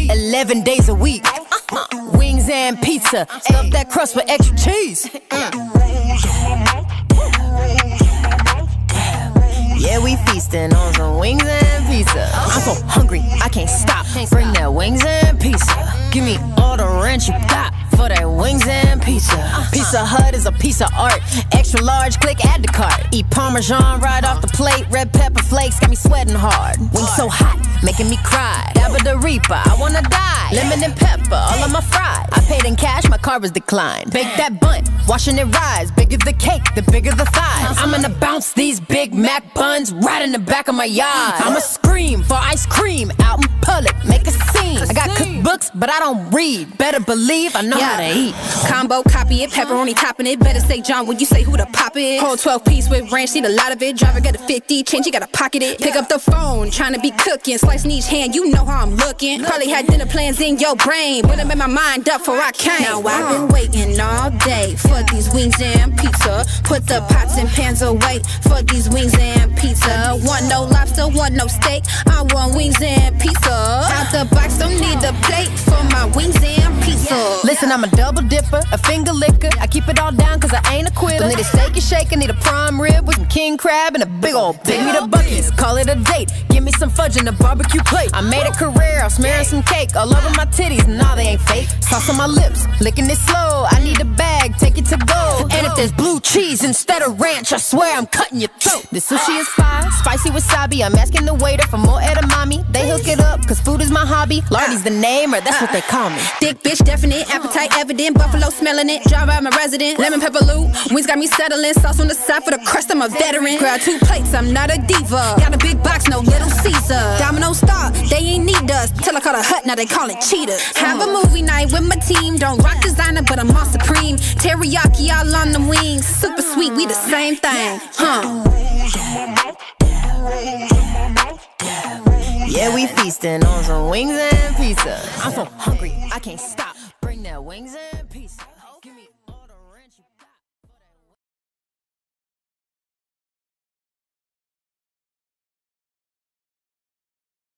S6: 11 days a week. Wings and pizza. Stuff that crust with extra cheese.
S4: Put the rose in my mouth. Put the rose in my mouth.
S6: Yeah, we feasting on some wings and pizza. I'm so hungry, I can't stop. Bring that wings and pizza. Give me all the ranch you got for that wings and pizza. Pizza Hut is a piece of art. Extra large, click add to cart. Eat Parmesan right off the plate. Red pepper flakes got me sweating hard. Wings so hot, making me cry. Dabba the Reaper, I wanna die. Lemon and pepper, all of my fries. I paid in cash, my card was declined. Bake that bun, watching it rise. Bigger the cake, the bigger the thighs. I'm gonna bounce these Big Mac buns right in the back of my yard. I'ma scream for ice cream out in public, make a scene. I got cooked books, but I don't read. Better believe I know how to eat.
S5: Combo, copy it, pepperoni topping it. Better say John when you say who the pop it. Whole 12 piece with ranch, need a lot of it. Driver got a 50, change, you gotta pocket it. Pick up the phone, tryna be cooking. Slice in each hand, you know how I'm looking. Probably had dinner plans in your brain, but I made my mind up before I Uh. came. Now I've been waiting all day for these wings and pizza. Put the pots and pans away for these wings and pizza. One no lobster, one no steak. I want wings and pizza. Out the box, don't need a plate for my wings and pizza.
S6: Listen, I'm a double dipper, a finger licker. I keep it all down cause I ain't a quitter. Don't need a steak and shake, I need a prime rib with some king crab and a big old Give me the buckets, call it a date. Give me some fudge and a barbecue plate. I made a career of smearing some cake all over my titties. Nah, they ain't fake. Sauce on my lips, licking it slow. I need a bag, take it to go. And if there's blue cheese instead of ranch, I swear I'm cutting your throat. The sushi is fire, spicy wasabi. I'm asking the waiter for more edamame. They hook it up cause food is my hobby. Lardy's the name, or that's what they call me.
S5: Thick bitch, definite. Appetite evident. Buffalo smelling it. Drive out my resident. Lemon pepper loop. Wings got me settling. Sauce on the side for the crust. I'm a veteran. Grab two plates. I'm not a diva. Got a big box, no little Caesar. Domino star. They ain't need us. Till I call a hut. Now they call it cheetah. Have a movie night with my team. Don't rock designer, but I'm all supreme. Teriyaki all on the wings. Super sweet. We the same thing. Huh.
S6: Yeah, we feasting on some wings and pizza. I'm so hungry, I can't stop. Bring that wings and